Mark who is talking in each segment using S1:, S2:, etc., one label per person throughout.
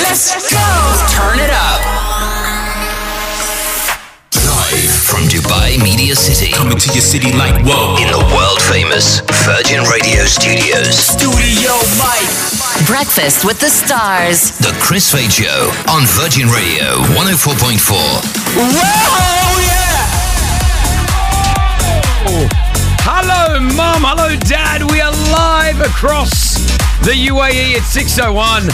S1: Let's go! Turn it up.
S2: Live from Dubai Media City.
S3: Coming to your city like whoa.
S2: In the world famous Virgin Radio Studios.
S1: Studio Mike.
S4: Breakfast with the Stars.
S2: The Chris Fade Show on Virgin Radio 104.4.
S1: Whoa, yeah!
S5: Hello, Mum. Hello, Dad. We are live across the UAE at 6.01.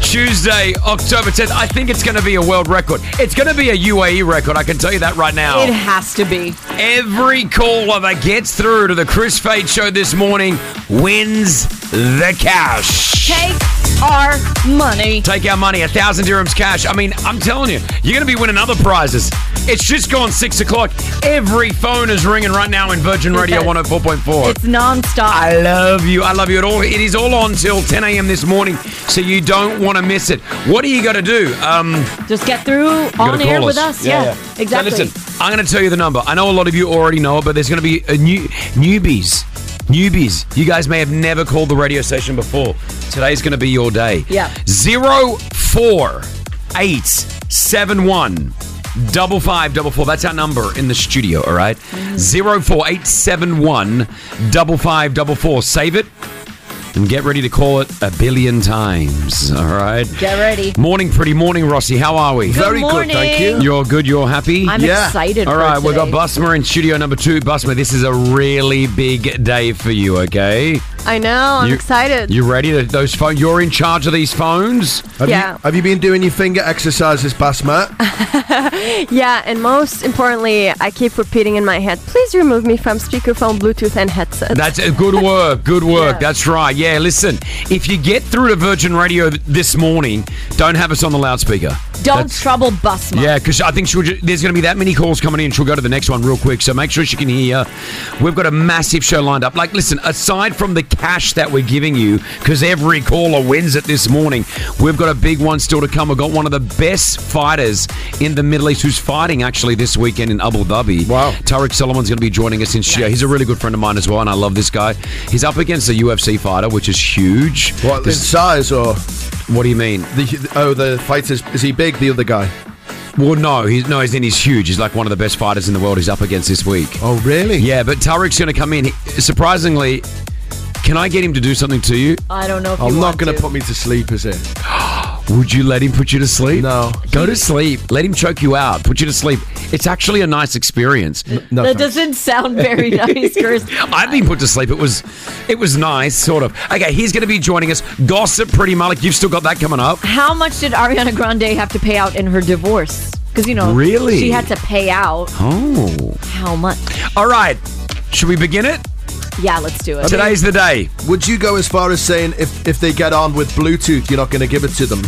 S5: Tuesday, October 10th. I think it's going to be a world record. It's going to be a UAE record. I can tell you that right now.
S6: It has to be.
S5: Every caller that gets through to the Chris Fade show this morning wins the cash.
S6: Take our money.
S5: Take our money, a thousand dirhams cash. I mean, I'm telling you, you're going to be winning other prizes. It's just gone six o'clock. Every phone is ringing right now in Virgin Radio
S6: does.
S5: 104.4.
S6: It's nonstop.
S5: I love you. I love you. It all. It is all on till 10 a.m. this morning, so you don't want to miss it. What are you going to do? Um,
S6: Just get through
S5: you
S6: on
S5: gotta
S6: air
S5: call
S6: with
S5: us.
S6: us. Yeah,
S5: Now
S6: exactly.
S5: listen, I'm going to tell you the number. I know a lot of you already know it, but there's going to be a new newbies. Newbies, you guys may have never called the radio station before. Today's going to be your day.
S6: Yeah.
S5: Zero four eight seven one double five double four. That's our number in the studio. All right.
S6: Mm-hmm.
S5: Zero four eight seven one double five double four. Save it and get ready to call it a billion times. All right.
S6: Get ready.
S5: Morning, pretty morning, Rossi. How are we?
S6: Good Very good, thank you. morning.
S5: You're good. You're happy.
S6: I'm excited.
S5: All
S6: for
S5: right, we've got
S6: today.
S5: Busmer in studio number two. Busmer, this is a really big day for you. Okay,
S7: I know. I'm
S5: You-
S7: excited.
S5: you ready? Th- Those phones. You're in charge of these phones.
S8: Have
S7: Yeah.
S8: You, have you been doing your finger exercises, Bass Matt?
S7: yeah, and most importantly, I keep repeating in my head, please remove me from speakerphone, Bluetooth, and headset.
S5: That's uh, good work. Good work.
S7: Yeah.
S5: That's right. Yeah. Listen, if you get through to Virgin Radio th- this morning, don't have us on the loudspeaker.
S6: Don't
S5: That's-
S6: trouble bus mom.
S5: Yeah, because I think she'll ju- there's going to be that many calls coming in. She'll go to the next one real quick. So make sure she can hear. We've got a massive show lined up. Like, listen, aside from the cash that we're giving you, because every caller wins it this morning, we've got a big one still to come. We've got one of the best fighters in the Middle East who's fighting actually this weekend in Abu Dhabi.
S8: Wow.
S5: Tariq Solomon's going to be joining us in Shia. He's a really good friend of mine as well, and I love this guy. He's up against a UFC fighter, which is huge.
S8: What, in
S5: This-
S8: size or?
S5: what do you mean?
S8: The, oh, the fighters. Is he big, the other guy?
S5: Well, no, he's no, he's in. He's huge. He's like one of the best fighters in the world. He's up against this week.
S8: Oh, really?
S5: Yeah, but Tariq's going to come in. He- Surprisingly, can I get him to do something to you?
S6: I don't know if you
S8: I'm not
S6: want
S8: going
S6: to
S8: to put me to sleep, is it?
S5: Would you let him put you to sleep?
S8: No.
S5: Go to sleep. Let him choke you out. Put you to sleep. It's actually a nice experience.
S8: No.
S6: That
S8: thanks.
S6: doesn't sound very nice, Chris.
S5: I've been put to sleep. It was, it was nice, sort of. Okay, he's going to be joining us. Gossip, Pretty Malik. You've still got that coming up.
S6: How much did Ariana Grande have to pay out in her divorce? Because you know,
S5: Really?
S6: she had to pay out
S5: Oh.
S6: how much?
S5: All right. Should we begin it?
S6: Yeah, let's do it.
S5: Today's the day.
S8: Would you go as far as saying if, if they get on with Bluetooth, you're not going to give it to them?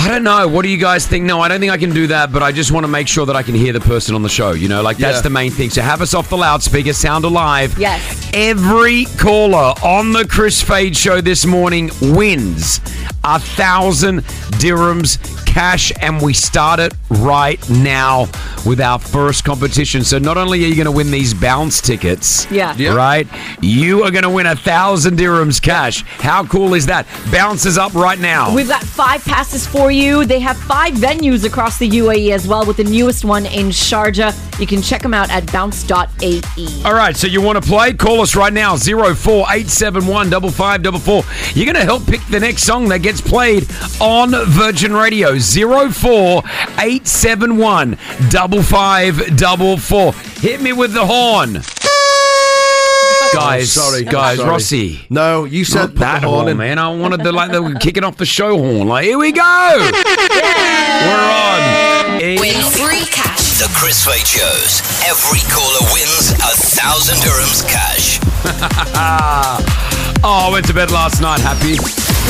S5: I don't know. What do you guys think? No, I don't think I can do that, but I just want to make sure that I can hear the person on the show. You know, like that's
S8: Yeah.
S5: the main thing. So have us off the loudspeaker, sound alive.
S6: Yes.
S5: Every caller on the Chris Fade show this morning wins a thousand dirhams cash, and we start it right now with our first competition. So not only are you going to win these bounce tickets,
S6: Yeah. Yeah.
S5: right? You are going to win a thousand dirhams cash. How cool is that? Bounces up right now.
S6: We've got five passes for you. They have five venues across the UAE as well, with the newest one in Sharjah. You can check them out at bounce.ae.
S5: All right, so you want to play? Call us right now, 04871 5544. You're going to help pick the next song that gets played on Virgin Radio, 04871 5544. Hit me with the horn. Guys,
S8: Oh, sorry,
S5: guys,
S8: sorry.
S5: Rossi.
S8: No, you said
S5: Not
S8: put the
S5: that
S8: horn
S5: horn,
S8: in.
S5: man. I wanted the like the kicking off the show horn. Like, here we go. We're on.
S4: Win free cash.
S2: The Chris Fade Shows. Every caller wins a thousand dirhams cash.
S5: Oh, I went to bed last night happy.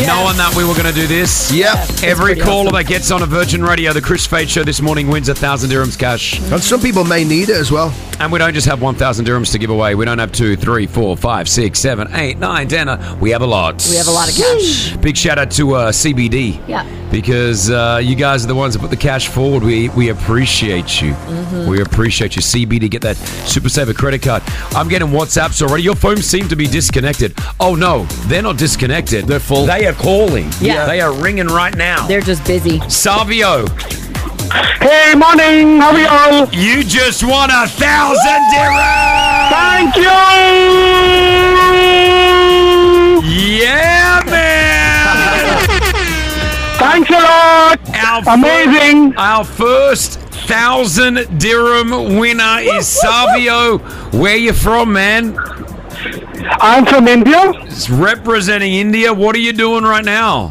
S5: Knowing that we were going to do this.
S8: Yep.
S5: Every
S6: pretty
S5: caller
S6: awesome.
S5: that gets on a Virgin Radio, the Chris Fade Show this morning wins a thousand dirhams cash,
S8: And some people may need it as well.
S5: and we don't just have one thousand dirhams to give away. We don't have two, three, four, five, six, seven, eight, nine, ten. uh, We have a lot.
S6: We have a lot of cash.
S5: Big shout out to uh, CBD.
S6: Yeah.
S5: Because uh, you guys are the ones that put the cash forward. We we appreciate you.
S6: Mm-hmm.
S5: We appreciate you. CBD, get that Super Saver credit card. I'm getting WhatsApps already. Your phones seem to be disconnected. Oh no, they're not disconnected.
S8: They're full.
S5: They are calling.
S6: Yeah.
S5: They are ringing right now.
S6: They're just busy.
S5: Savio,
S9: Hey, morning. How are you all?
S5: you just won a thousand dirhams!
S9: Thank you.
S5: Yeah, man!
S9: Thanks a lot.
S5: Our
S9: Amazing.
S5: Our first thousand dirham winner is Savio. Where you from, man?
S9: I'm from India.
S5: It's representing India. What are you doing right now?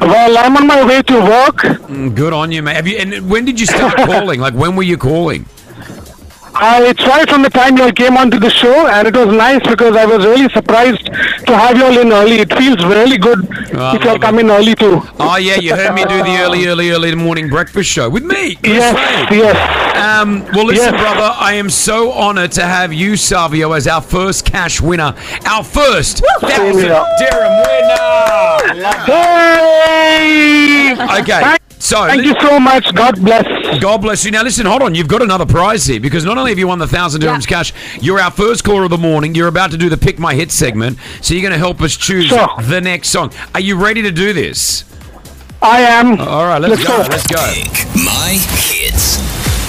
S9: Well, I'm on my way to work.
S5: Mm, Good on you, man. Have you? And when did you start calling? Like, when were you calling?
S9: I tried from the time you all came onto the show, and it was nice because I was really surprised to have you all in early. It feels really good
S5: Ah,
S9: if you all
S5: lovely.
S9: come in early too.
S5: Oh yeah, you heard me do the early, early, early morning breakfast show with me. That's
S9: Yes,
S5: right.
S9: yes.
S5: Um, well, listen,
S9: Yes.
S5: brother, I am so honored to have you, Savio, as our first cash winner, our first thousand
S9: Savio.
S5: dirham winner.
S9: Hey!
S5: Okay,
S9: Thank-
S5: so
S9: Thank you so much. God bless.
S5: God bless you. Now, listen, hold on. You've got another prize here because not only have you won the thousand dirhams cash, you're our first caller of the morning. You're about to do the pick my hit segment, so you're going to help us choose
S9: Sure.
S5: the next song. Are you ready to do this?
S9: I am.
S5: All right, let's,
S9: Let's
S5: go.
S9: go.
S5: Let's go.
S2: Pick my hits.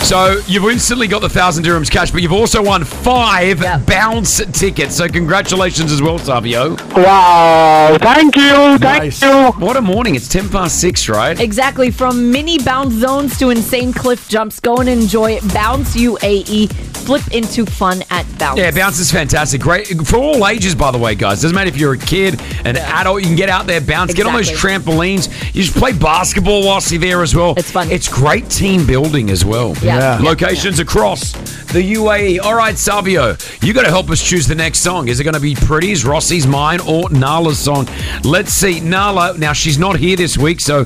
S5: So you've instantly got the thousand dirhams cash, but you've also won five bounce tickets. So congratulations as well, Savio.
S9: Wow. Thank you. Thank
S8: Nice.
S9: you.
S5: What a morning! It's ten past six, right?
S6: Exactly. From mini bounce zones to insane cliff jumps, go and enjoy it. Bounce UAE. Flip into fun at Bounce.
S5: Yeah, bounce is fantastic. Great for all ages, by the way, guys. Doesn't matter if you're a kid, an adult, you can get out there, bounce, get on those
S6: Exactly.
S5: trampolines. You just play basketball whilst you're there as well.
S6: It's fun.
S5: It's great team building as well.
S6: Yeah. Yeah.
S5: Locations across the UAE. All right, Savio, you got to help us choose the next song. Is it going to be Pretty's, Rossi's, mine, or Nala's song? Let's see. Nala. Now she's not here this week, so.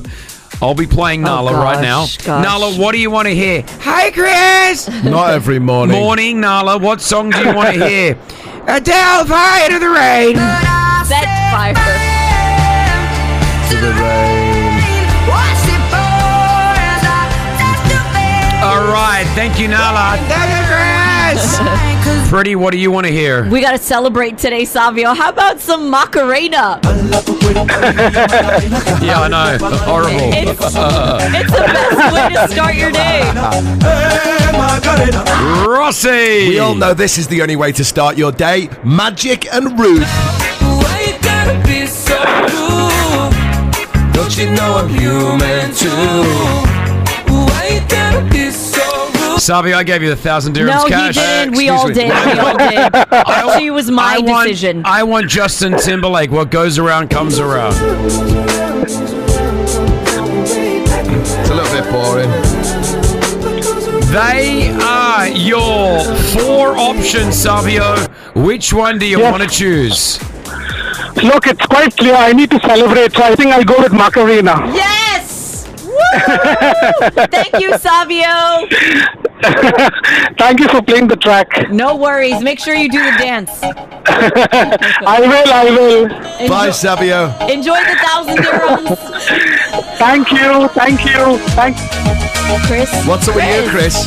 S5: I'll be playing Nala right
S6: Oh,
S5: now.
S6: gosh, gosh.
S5: Nala, what do you want to hear? Hi, Chris.
S8: Not every morning.
S5: Morning, Nala. What song do you want to hear? Adele, Fire to the Rain.
S6: Set fire.
S8: To the rain.
S5: All right. Thank you, Nala. Pretty, what do you want to hear?
S6: We got to celebrate today, Savio. How about some Macarena?
S5: Yeah, I know. Horrible.
S6: It's, it's the best way to start your day.
S5: Rossi.
S8: We all know this is the only way to start your day. Magic and Ruth. Don't you know I'm human too?
S5: Savi, I gave you the thousand dirhams
S6: No, he
S5: cash.
S6: didn't. We
S8: Excuse
S6: all
S8: me.
S6: did. We all did. She was my
S5: I want,
S6: decision.
S5: I want Justin Timberlake. What goes around comes around.
S8: It's a little bit boring.
S5: They are your four options, Savio. Which one do you
S9: Yes.
S5: want to choose?
S9: Look, it's quite clear. I need to celebrate, so I think I'll go with Macarena.
S6: yes! Woo! Thank you, Savio.
S9: Thank you for playing the track.
S6: No worries. Make sure you do the dance.
S9: I will, I will.
S6: Enjoy,
S8: Bye, Savio.
S6: enjoy the thousand dirhams.
S9: Thank you, thank you, thank
S6: Chris.
S8: What's up with you, Chris?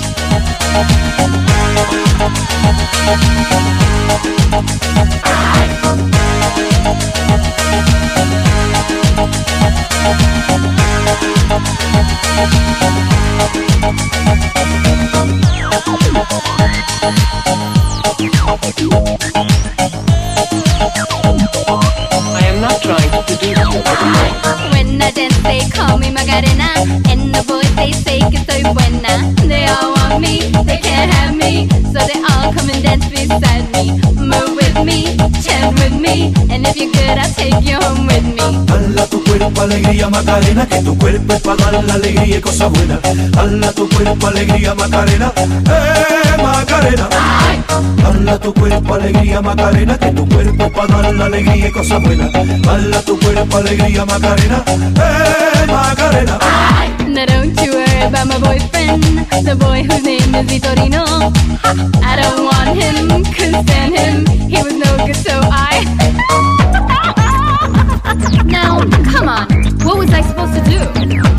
S10: When I dance, they call me Macarena. And the boys, they say que soy buena. They all want me, they can't have me. So they all come and dance beside me. Move with me, chant with me. And if you're good, I'll take you home with me.
S11: Hala tu cuerpo, alegría, Macarena, que tu cuerpo es para dar la alegría y cosa buena. Hala tu cuerpo, alegría, Macarena, eh, Macarena. Hala tu cuerpo, alegría, Macarena, que tu cuerpo es para dar la alegría y cosa buena. Hala tu cuerpo, alegría, Macarena, eh, Macarena.
S10: Now don't you worry about my boyfriend. The boy whose name is Vitorino. I don't want him, couldn't stand him. He was no good, so I. now, come on. What was I supposed to do?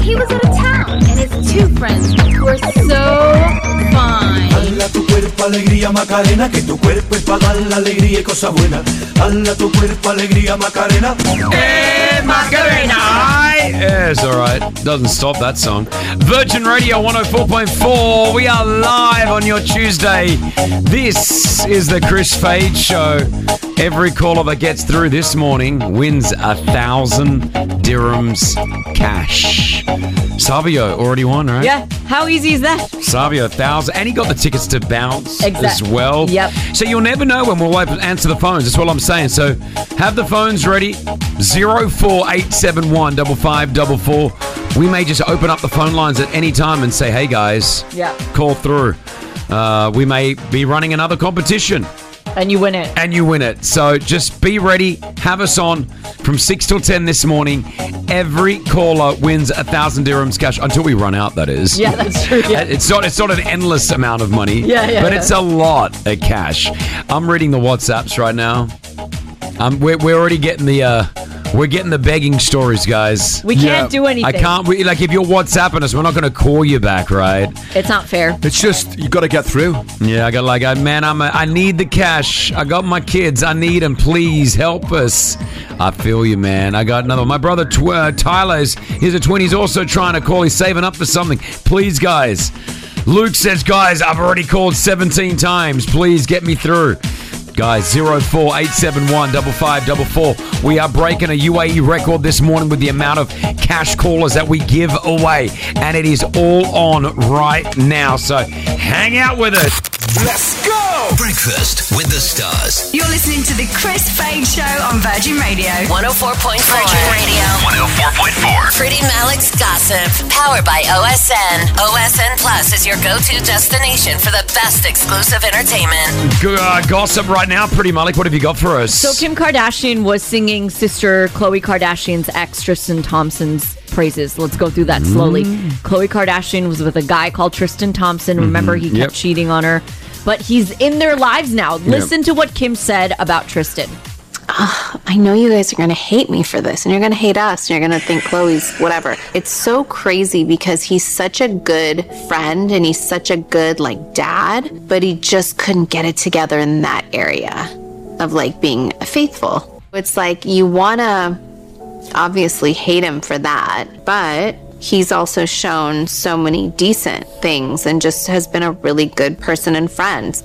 S10: He was out of town, and his two friends were so fine.
S11: Hala tu cuerpo, alegría Macarena, que tu cuerpo es para dar la alegría y cosas buenas. Dala tu cuerpo alegría Macarena. ¡Eh, Macarena!
S5: Yeah, it's all right. Doesn't stop that song. Virgin Radio 104.4. We are live on your Tuesday. This is the Chris Fade Show. Every caller that gets through this morning wins a thousand dirhams cash. Savio already won, right?
S6: Yeah. How easy is that?
S5: Savio, a thousand. And he got the tickets to bounce
S6: Exact-
S5: as well.
S6: Yep.
S5: So you'll never know when we'll open, answer the phones. That's what I'm saying. So have the phones ready. 04871 5544. We may just open up the phone lines at any time and say, hey guys,
S6: Yeah.
S5: call through. Uh, we may be running another competition.
S6: And you win it.
S5: And you win it. So just be ready. Have us on from 6 till 10 this morning. Every caller wins a thousand dirhams cash until we run out, that is.
S6: Yeah, that's true. Yeah.
S5: It's not it's not an endless amount of money.
S6: Yeah, yeah,
S5: But
S6: yeah.
S5: it's a lot of cash. I'm reading the WhatsApps right now. Um, we're, we're already getting the uh, we're getting the begging stories, guys.
S6: We can't Yeah. do anything.
S5: I can't. We, like if you're WhatsApping us, we're not going to call you back, right?
S6: It's not fair.
S5: It's just you got to get through. Yeah, I got like, I, man, I'm. A, I need the cash. I got my kids. I need them. Please help us. I feel you, man. I got another. one. My brother tw- uh, Tyler is he's a twin. He's also trying to call. He's saving up for something. Please, guys. Luke says, guys, I've already called 17 times. Please get me through. Guys, 04871 5544. We are breaking a UAE record this morning with the amount of cash callers that we give away. And it is all on right now. So hang out with us.
S2: Let's
S3: Oh.
S2: go! Breakfast with the stars.
S4: You're listening to the Chris Fade Show on Virgin Radio 104.4. Virgin Radio.
S2: 104.4.
S4: Pretty Malik's Gossip, powered by OSN. OSN Plus is your go to destination for the best exclusive entertainment.
S5: Good, uh, gossip right now, Pretty Malik. What have you got for us?
S6: So Kim Kardashian was singing sister Khloe Kardashian's ex Tristan Thompson's praises. Let's go through that slowly.
S12: Mm.
S6: Khloe Kardashian was with a guy called Tristan Thompson. Remember, he kept
S12: Yep.
S6: cheating on her, but he's in their lives now.
S12: Yep.
S6: Listen to what Kim said about Tristan.
S12: Ah, I know you guys are going to hate me for this, and you're going to hate us, and you're going to think Chloe's whatever. It's so crazy because he's such a good friend and he's such a good, like, dad, but he just couldn't get it together in that area of, like, being faithful. It's like you want to obviously hate him for that, but he's also shown so many decent things and just has been a really good person and friend.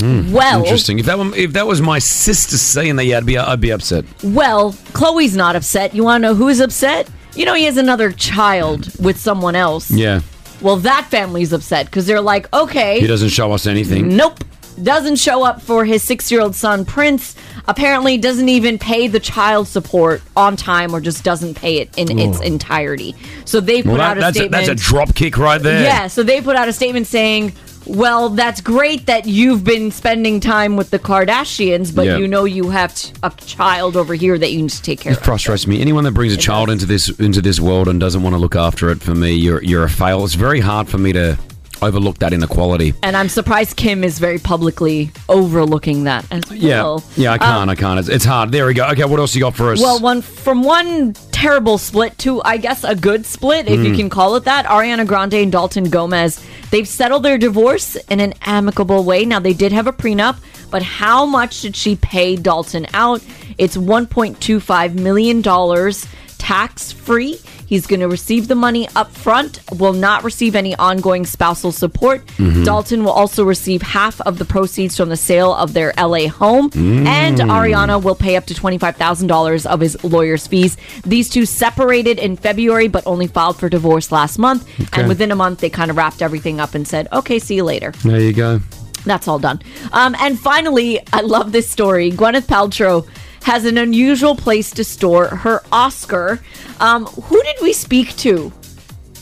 S5: Hmm,
S6: Well-
S5: interesting. If that one, if that was my sister saying that, yeah, I'd be, uh, I'd be upset.
S6: Well, Chloe's not upset. You want to know who's upset? You know, he has another child with someone else.
S5: Yeah,
S6: Well, that family's upset because they're like, okay,
S5: he doesn't show us anything.
S6: Nope. Doesn't show up for his six year old son, Prince. Apparently, doesn't even pay the child support on time or just doesn't pay it in its
S5: Oh.
S6: entirety. So they put
S5: Well, that-
S6: out a
S5: that's, a,
S6: statement.
S5: that's a drop kick right there.
S6: Yeah, so they put out a statement saying, well, that's great that you've been spending time with the Kardashians, but
S5: Yeah.
S6: you know you have t- a child over here that you need to take care
S5: It
S6: of.
S5: frustrates me. Anyone that brings a child into this into this world and doesn't want to look after it, for me, you're you're a fail. It's very hard for me to overlook that inequality.
S6: And I'm surprised Kim is very publicly overlooking that as well.
S5: Yeah, yeah, I
S6: Um,
S5: can't, I can't. It's, it's hard. There we go. Okay, what else you got for us?
S6: Well, one from one terrible split to I guess a good split, if you
S5: Mm.
S6: can call it that. Ariana Grande and Dalton Gomez, they've settled their divorce in an amicable way. Now they did have a prenup, but how much did she pay Dalton out? It's 1.25 million dollars tax free. He's going to receive the money up front, will not receive any ongoing spousal support.
S12: Mhm.
S6: Dalton will also receive half of the proceeds from the sale of their LA home. And
S12: Mm.
S6: Ariana will pay up to $25,000 of his lawyer's fees. These two separated in February, but only filed for divorce last month.
S5: Okay.
S6: And within a month, they kind of wrapped everything up and said, okay, see you later.
S5: there you go.
S6: That's all done. Um, and finally, I love this story. Gwyneth Paltrow has an unusual place to store her Oscar. Um, who did we speak to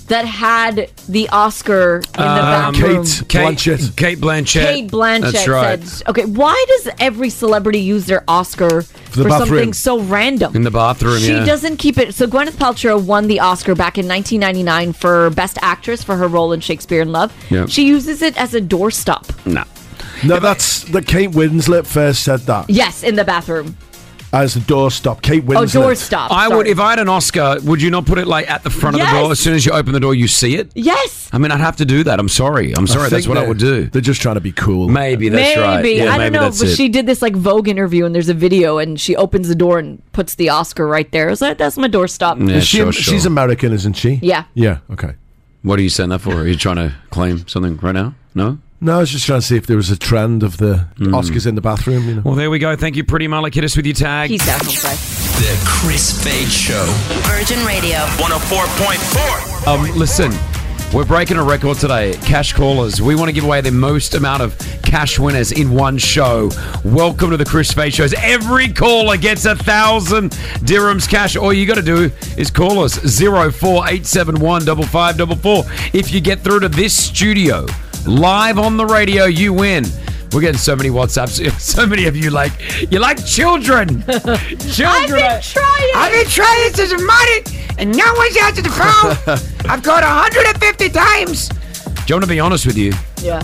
S6: that had the Oscar in the back room?
S5: Blanchett. Um, Kate Blanchett.
S6: Kate Blanchett
S5: That's right.
S6: said, "Okay, why does every celebrity use their Oscar
S5: For the
S6: for
S5: bathroom.
S6: something so random?"
S5: In the bathroom,
S6: She
S5: yeah.
S6: doesn't keep it. So Gwyneth Paltrow won the Oscar back in 1999 for Best Actress for her role in Shakespeare in Love.
S13: Yep.
S6: She uses it as a doorstop.
S5: No.
S13: No, that's that Kate Winslet first said that.
S6: Yes, in the bathroom.
S8: as the door stopped.
S6: Oh,
S8: Kate Winslet.
S5: I would, if I had an Oscar, would you not put it like at the front of the
S8: Yes.
S5: door? As soon as you open the door, you see it.
S6: Yes.
S5: I mean, I'd have to do that. I'm sorry. I'm sorry. That's
S8: think
S5: what I
S8: they're-
S5: would do. They're
S8: just trying to be cool.
S5: Maybe that's
S6: maybe.
S5: right. Yeah,
S6: I don't
S5: maybe
S6: know,
S5: that's
S6: but
S5: it.
S6: she did this like Vogue interview, and there's a video, and she opens the door and puts the Oscar right there. I was like, that's my doorstop.
S5: Yeah,
S8: Is she-
S5: sure, sure.
S8: She's American, isn't she?
S6: Yeah.
S8: Yeah. Okay.
S5: What are you saying that for? Are you trying to claim something right now? No.
S8: No, I was just trying to see if there was a trend of the
S5: Hmm.
S8: Oscars in the bathroom. You know.
S5: Well, there we go. Thank you, Pretty Malik. Hit us with your tag.
S6: Peace out,
S2: The Chris Fade Show.
S14: Virgin Radio.
S2: 104.4.
S5: Um, listen, we're breaking a record today. Cash callers. We want to give away the most amount of cash winners in one show. Welcome to the Chris Face Shows. Every caller gets a thousand dirhams cash. All you got to do is call us zero four eight seven one double five double four. If you get through to this studio live on the radio, you win. We're getting so many WhatsApps. So many of you like you're like children. children.
S1: I've been trying.
S5: I've been trying since Monday, and no one's answered the phone. I've called 150 times. Do you want to be honest with you?
S6: Yeah.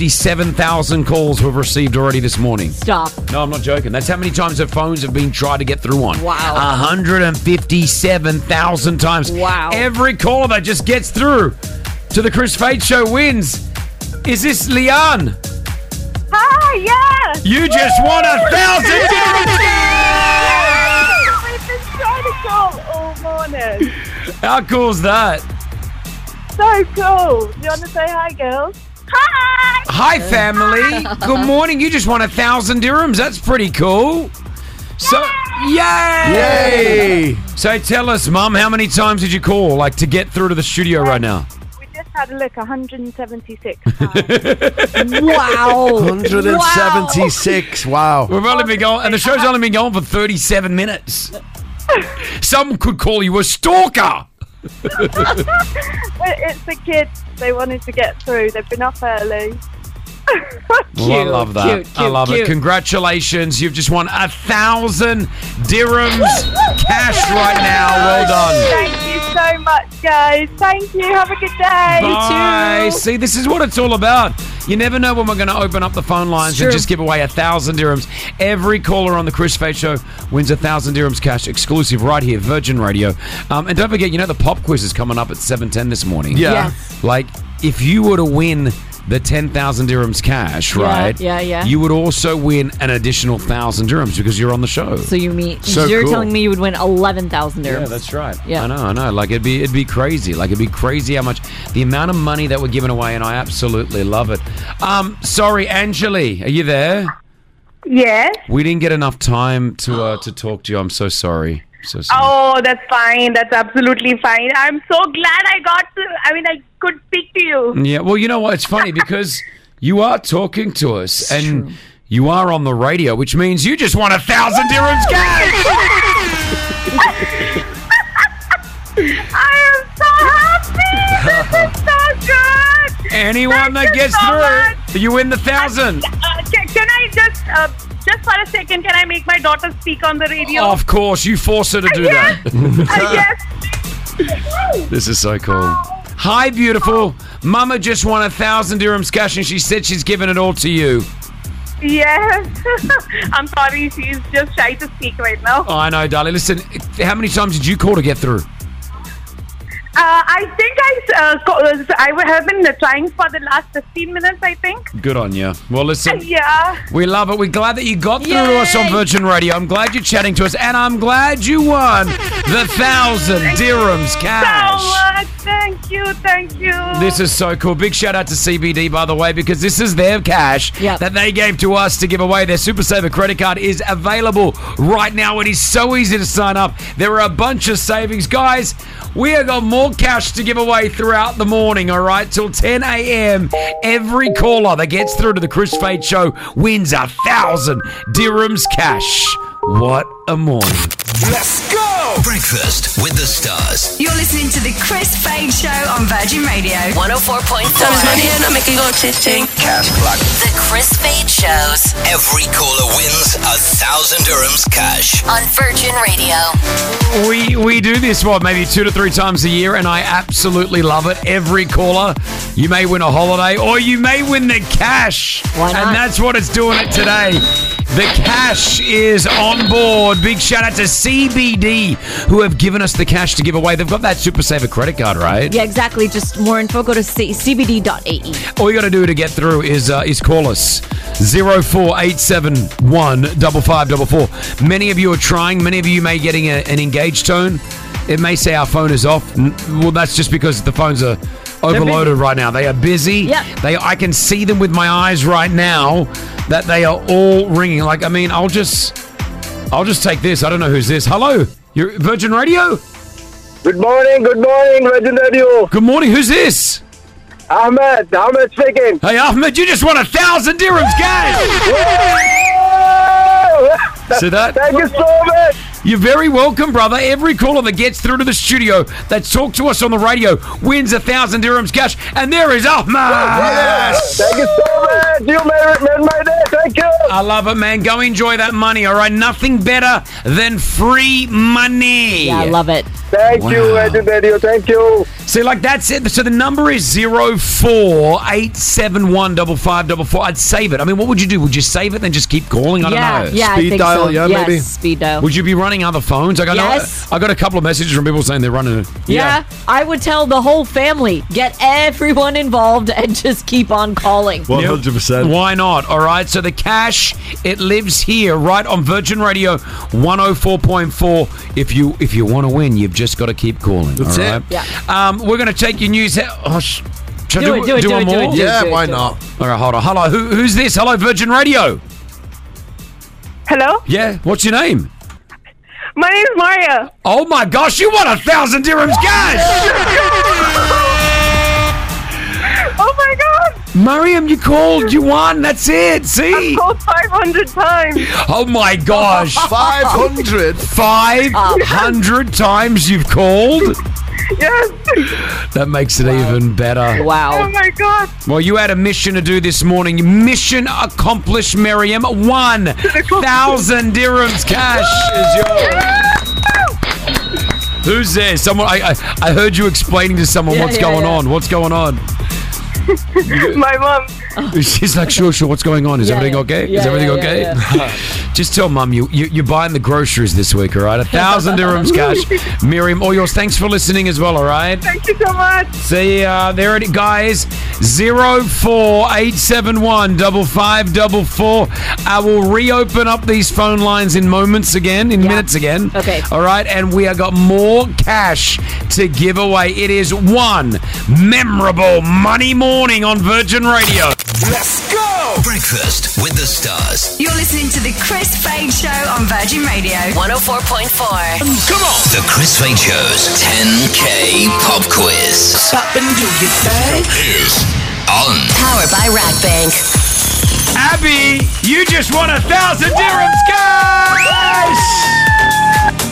S5: 157,000 calls we've received already this morning.
S6: Stop.
S5: No, I'm not joking. That's how many times the phones have been tried to get through on.
S6: Wow.
S5: 157,000 times. Wow. Every caller that just gets through to the Chris Fade Show wins. Is this Leanne?
S15: Hi, Ah, yes.
S5: You just won a thousand dirhams.
S15: We've been trying to call all morning.
S5: How cool's that?
S15: So cool. Do you want to say hi, girls? Hi.
S5: Hi, family. Good morning. You just won a thousand dirhams. That's pretty cool. So, yay!
S15: Yay!
S5: So, tell us, Mum, how many times did you call, like, to get through to the studio right now?
S15: We just had a look. 176.
S5: wow!
S8: 176. Wow.
S5: We've only been going, and the show's only been going for 37 minutes. Some could call you a stalker. Oh,
S15: But it's the kids. They wanted to get through. They've been up early.
S5: Well, I love that.
S15: cute,
S5: I
S15: cute,
S5: love it.
S15: cute.
S5: Congratulations. You've just won a thousand dirhams cash right now. Well done.
S15: Thank you so much, guys. Thank you. Have a good day.
S5: Bye. See, this is what it's all about. You never know when we're going to open up the phone lines
S15: Sure.
S5: and just give away a thousand dirhams. Every caller on the Chris Fade Show wins a thousand dirhams cash, exclusive right here, Virgin Radio. Um, and don't forget, you know the pop quiz is coming up at seven ten this morning.
S6: Yeah. Yes.
S5: Like if you were to win the ten thousand dirhams cash,
S6: Yeah,
S5: right?
S6: yeah, yeah.
S5: You would also win an additional thousand dirhams because you're on the show.
S6: So you meet.
S5: So
S6: you're
S5: cool.
S6: telling me you would win eleven thousand dirhams.
S5: Yeah, that's right.
S6: Yeah.
S5: I know, I know. Like it'd be it'd be crazy. Like it'd be crazy how much the amount of money that we're giving away, and I absolutely love it. Um, sorry, Angeli, are you there?
S15: Yes.
S5: We didn't get enough time to uh, to talk to you. I'm so sorry. So sorry.
S15: Oh, that's fine. That's absolutely fine. I'm so glad I got to. I mean, I could speak to you.
S5: Yeah. Well, you know what? It's funny because you are talking to us, and you are on the radio, which means you just won a thousand dirhams cash.
S15: I am so happy. This is so good.
S5: Anyone
S15: Thank
S5: that
S15: you
S5: gets
S15: so much.
S5: through, you win the thousand.
S15: Uh, can, can I just, uh, just for a second, can I make my daughter speak on the radio?
S5: Of course, you force her to do
S15: Yes.
S5: that.
S15: Uh, yes.
S5: This is so cool. Hi, beautiful. Mama just won a thousand dirhams cash and she said she's giving it all to you.
S15: Yes. I'm sorry. She's just shy to speak right now. Uh,
S5: I know, darling. Listen, how many times did you call to get through?
S15: Uh, I think I, uh, co- I have been trying for the last 15 minutes, I think.
S5: Good on you. Well, listen.
S15: Yeah.
S5: We love it. We're glad that you got through to us on Virgin Radio. I'm glad you're chatting to us, and I'm glad you won the thousand dirhams
S15: So
S5: cash.
S15: much. Thank you. Thank you.
S5: This is so cool. Big shout out to CBD, by the way, because this is their cash that they gave to us to give away. Their Super Saver credit card is available right now. It is so easy to sign up. There are a bunch of savings. Guys, we have got more cash to give away throughout the morning, all right? Till 10 a.m. Every caller that gets through to the Chris Fade Show wins a thousand dirhams cash. What a morning.
S2: Let's go! Breakfast with the stars.
S14: You're listening to the Chris Fade Show on Virgin Radio 104.4.
S2: Cash clock.
S14: The Chris Fade Shows
S2: Every caller wins a thousand dirhams cash.
S14: on Virgin Radio.
S5: We we do this what maybe two to three times a year, and I absolutely love it. Every caller, you may win a holiday or you may win the cash, and that's what it's doing it today. The cash is on board. Big shout out to CBD who have given us the cash to give away. They've got that Super Saver credit card, right?
S6: Yeah, exactly. Just more info. Go to c- cbd.ae.
S5: All you got to do to get through is uh, is call us 04871 5544. Many of you are trying. Many of you may getting a, an engaged tone. It may say our phone is off. N- Well, that's just because the phones are overloaded right now. They are busy. Yeah. They I can see them with my eyes right now that they are all ringing. Like I mean, I'll just I'll just take this. I don't know who's this. Hello. You're Virgin Radio?
S16: Good morning, good morning, Virgin Radio.
S5: Good morning. Who's this?
S16: Ahmed, Ahmed speaking.
S5: Hey, Ahmed, you just won a thousand dirhams, guys. See that?
S16: Thank you so much.
S5: You're very welcome, brother. Every caller that gets through to the studio that's talked to us on the radio wins a thousand dirhams cash, and there is Ahmed. Yes.
S16: Thank you so much. You made, made my day. Thank you.
S5: I love it, man. Go enjoy that money. All right, nothing better than free money.
S16: Yeah, I love
S6: it.
S16: Thank you, Virgin Radio. Thank you.
S5: See, like that's it. So the number is zero four eight seven one double five double four. I'd save it. I mean, what would you do? Would you save it then just keep calling? I
S6: yeah,
S5: don't know.
S6: yeah, I think so. yes, Speed dial.
S5: Would you be running other phones? Like I know
S6: Yes.
S5: I got a couple of messages from people saying they're running. it.
S6: yeah. I would tell the whole family, get everyone involved, and just keep on calling.
S5: One hundred percent. Why not? All right. So the cash it lives here, right on Virgin Radio, one hundred four point four. If you if you want to win, you've just got to keep calling.
S8: That's
S5: all
S8: it.
S5: right? Um, we're going to take your news. he- Oh, sh- should I
S8: Do it, do it, do
S5: one
S8: it, do
S5: more?
S8: it, do it, Yeah, do it, why do it. not?
S5: All right, hold on. Hello, who, who's this? Hello, Virgin Radio.
S13: Hello?
S5: Yeah, what's your name?
S13: My name is Maria.
S5: Oh my gosh, you won a thousand dirhams, guys!
S13: oh my god!
S5: Mariam, you called, you won, that's it, see?
S13: I've called 500 times.
S5: Oh my gosh.
S13: 500?
S5: 500 times you've called?
S13: Yes.
S5: That makes it even better.
S13: Oh my god.
S5: Well, you had a mission to do this morning. Mission accomplished, Miriam. One thousand dirhams cash is yours. Who's there? Someone. I, I I heard you explaining to someone
S13: Yeah,
S5: what's
S13: yeah,
S5: going
S13: yeah.
S5: on. What's going on?
S13: my mom.
S5: She's like, sure, sure. What's going on? Is
S13: Yeah,
S5: everything
S13: yeah.
S5: okay?
S13: Yeah,
S5: is everything
S13: yeah,
S5: okay?
S13: yeah,
S5: Just tell mum you, you you're buying the groceries this week. All right, a thousand dirhams cash, Miriam. All yours. Thanks for listening as well. All right.
S13: Thank you so much.
S5: See ya. There it guys. Zero four eight seven one double five double four. I will reopen up these phone lines in moments again, in minutes again. Okay. All right, and we have got more cash to give away. It is one memorable money morning on Virgin Radio.
S2: Let's go! Breakfast with the stars.
S14: You're listening to the Chris Fade Show on Virgin Radio
S4: 104.4.
S14: Come on.
S2: The Chris Fade Show's 10K Pop Quiz. Stop and do your thing. Is on.
S4: Powered by Rack Bank.
S5: Abby, you just won a thousand dirhams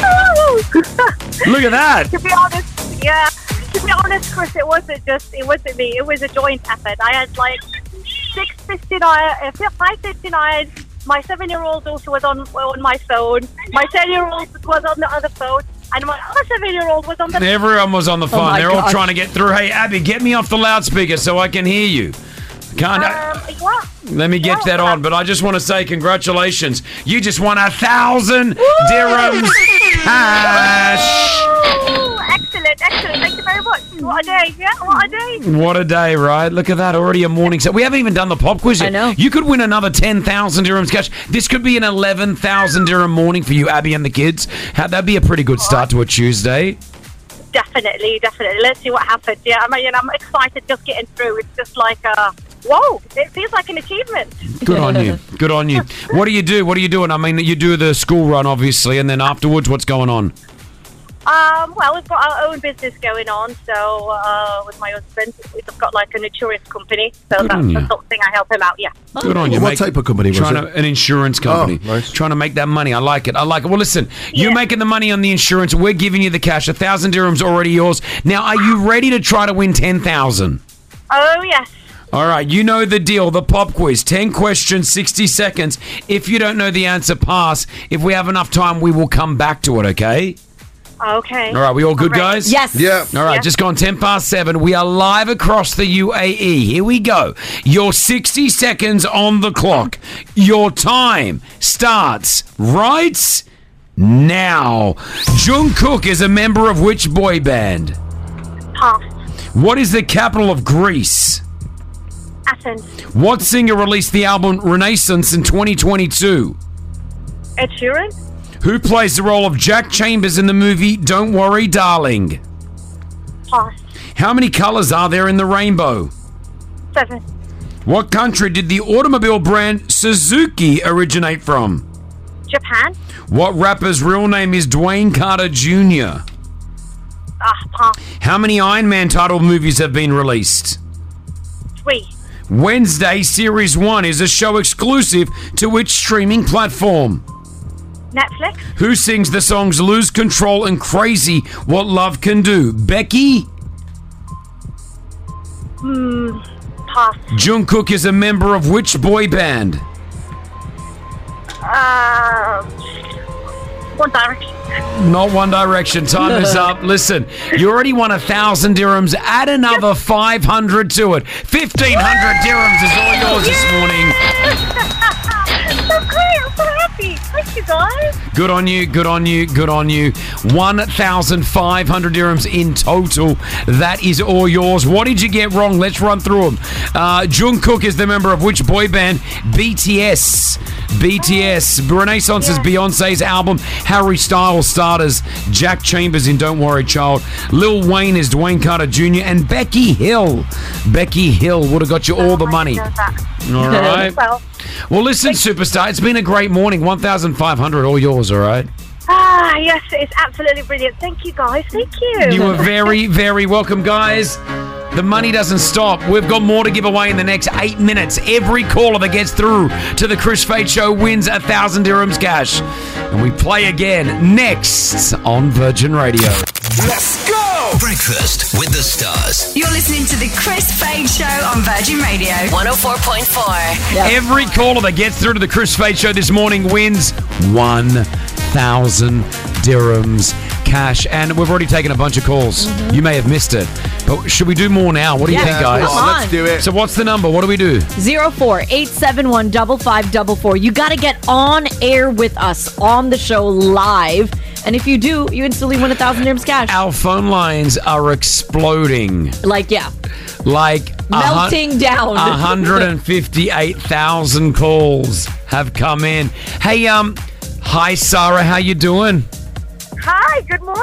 S5: cash. Look at that.
S15: to be honest, yeah. To be honest, Chris, it wasn't just it wasn't me. It was a joint effort. I had like six fifty nine, uh, five fifty nine. My seven year old daughter was on on my phone. My ten year old was on the other phone, and my other seven year old was on the.
S5: Everyone was on the
S15: Oh
S5: phone.
S15: my
S5: They're all
S15: gosh.
S5: trying to get through. Hey, Abby, get me off the loudspeaker so I can hear you. Can't.
S1: Uh,
S15: Um, yeah.
S5: let me get that on, but I just want to say congratulations. You just won a thousand dirhams cash.
S15: Ooh, Oh, excellent, excellent. Thank you very much. What a day, yeah. What a day.
S5: What a day, right? Look at that. Already a morning set. We haven't even done the pop quiz yet. I know. You could win another 10,000 dirhams cash. This could be an 11,000 dirham morning for you, Abby, and the kids. Ha- That'd be a pretty good start to a Tuesday.
S15: Definitely, definitely. Let's see what happens. Yeah, I mean, I'm excited just getting through. It's just like, uh, whoa, it feels like an achievement.
S5: Good on you. Good on you. What do you do? What are you doing? I mean, you do the school run, obviously, and then afterwards, what's going on?
S15: Um, well, we've got our own business going on. So, uh, with my husband, we've got like a insurance company. So
S5: Good
S15: that's
S5: on
S15: the
S5: you.
S15: sort of thing I help him out. Yeah.
S5: Good on you.
S8: What
S5: mate.
S8: type of company was
S5: trying
S8: it? Oh,
S5: To, an insurance company. Trying to make that money. I like it. I like it. Well, listen, you're making the money on the insurance. We're giving you the cash. A thousand dirhams already yours. Now, are you ready to try to win ten thousand?
S15: Oh yes.
S5: All right, you know the deal. The pop quiz, ten questions, sixty seconds. If you don't know the answer, pass. If we have enough time, we will come back to it. Okay.
S15: Okay.
S17: Oh,
S5: All right, we all good, guys? All right,
S15: Yeah.
S5: just gone 10 past 7. We are live across the UAE. Here we go. Your 60 seconds on the clock. Your time starts right now. Jungkook is a member of which boy band?
S15: Pass.
S5: What is the capital of Greece?
S15: Athens.
S5: What singer released the album Renaissance in 2022?
S15: Ed Sheeran.
S5: Who plays the role of Jack Chambers in the movie Don't Worry, Darling?
S15: Pass.
S5: How many colors are there in the rainbow?
S15: Seven.
S5: What country did the automobile brand Suzuki originate from?
S15: Japan.
S5: What rapper's real name is Dwayne Carter Jr.?
S15: Ah, pass.
S5: How many Iron Man title movies have been released?
S15: Three.
S5: Wednesday Series 1 is a show exclusive to which streaming platform?
S15: Netflix.
S5: Who sings the songs Lose Control and Crazy What Love Can Do? Becky?
S15: Hmm. Pass.
S5: Jungkook is a member of which boy band?
S15: Uh, one direction.
S5: Not One Direction. Time is up. Listen, you already won a thousand dirhams. Add another five hundred to it. Fifteen hundred dirhams is all yours this morning.
S15: so great. I'm so happy. Thank you, guys.
S5: Good on you. Good on you. Good on you. One thousand five hundred dirhams in total. That is all yours. What did you get wrong? Let's run through them. Uh, Jungkook is the member of which boy band? BTS. BTS. Renaissance is Beyonce's album. Harry Styles starters. Jack Chambers in Don't Worry Child. Lil Wayne is Dwayne Carter Jr. and Becky Hill. Becky Hill would have got you all the money. All right.
S15: Well,
S5: Well, listen, superstar, it's been a great morning. 1,500, all yours, all right?
S15: ah, yes, it's absolutely brilliant. Thank you, guys. Thank you.
S5: You were very, very welcome, guys. The money doesn't stop. We've got more to give away in the next eight minutes. Every caller that gets through to the Chris Fade Show wins a thousand dirhams cash. And we play again next on Virgin Radio.
S2: Let's go! Breakfast with the stars.
S14: You're listening to the Chris Fade Show on Virgin Radio
S4: 104.4.
S5: Every caller that gets through to the Chris Fade Show this morning wins 1,000 dirhams cash. And we've already taken a bunch of calls. You may have missed it. But should we do more now? What do
S6: Mm-hmm. Yeah,
S5: you think, guys?
S6: come on, let's do
S5: it. So, what's the number? What do we do?
S6: Zero four eight seven one double five double four. You got to get on air with us on the show live, and if you do, you instantly win a thousand dirhams cash.
S5: Our phone lines are exploding.
S6: Like yeah,
S5: Like a hun-
S6: Melting down.
S5: 158,000 calls have come in. Hey, um, hi, Sarah. How you doing?
S18: Hi, good morning.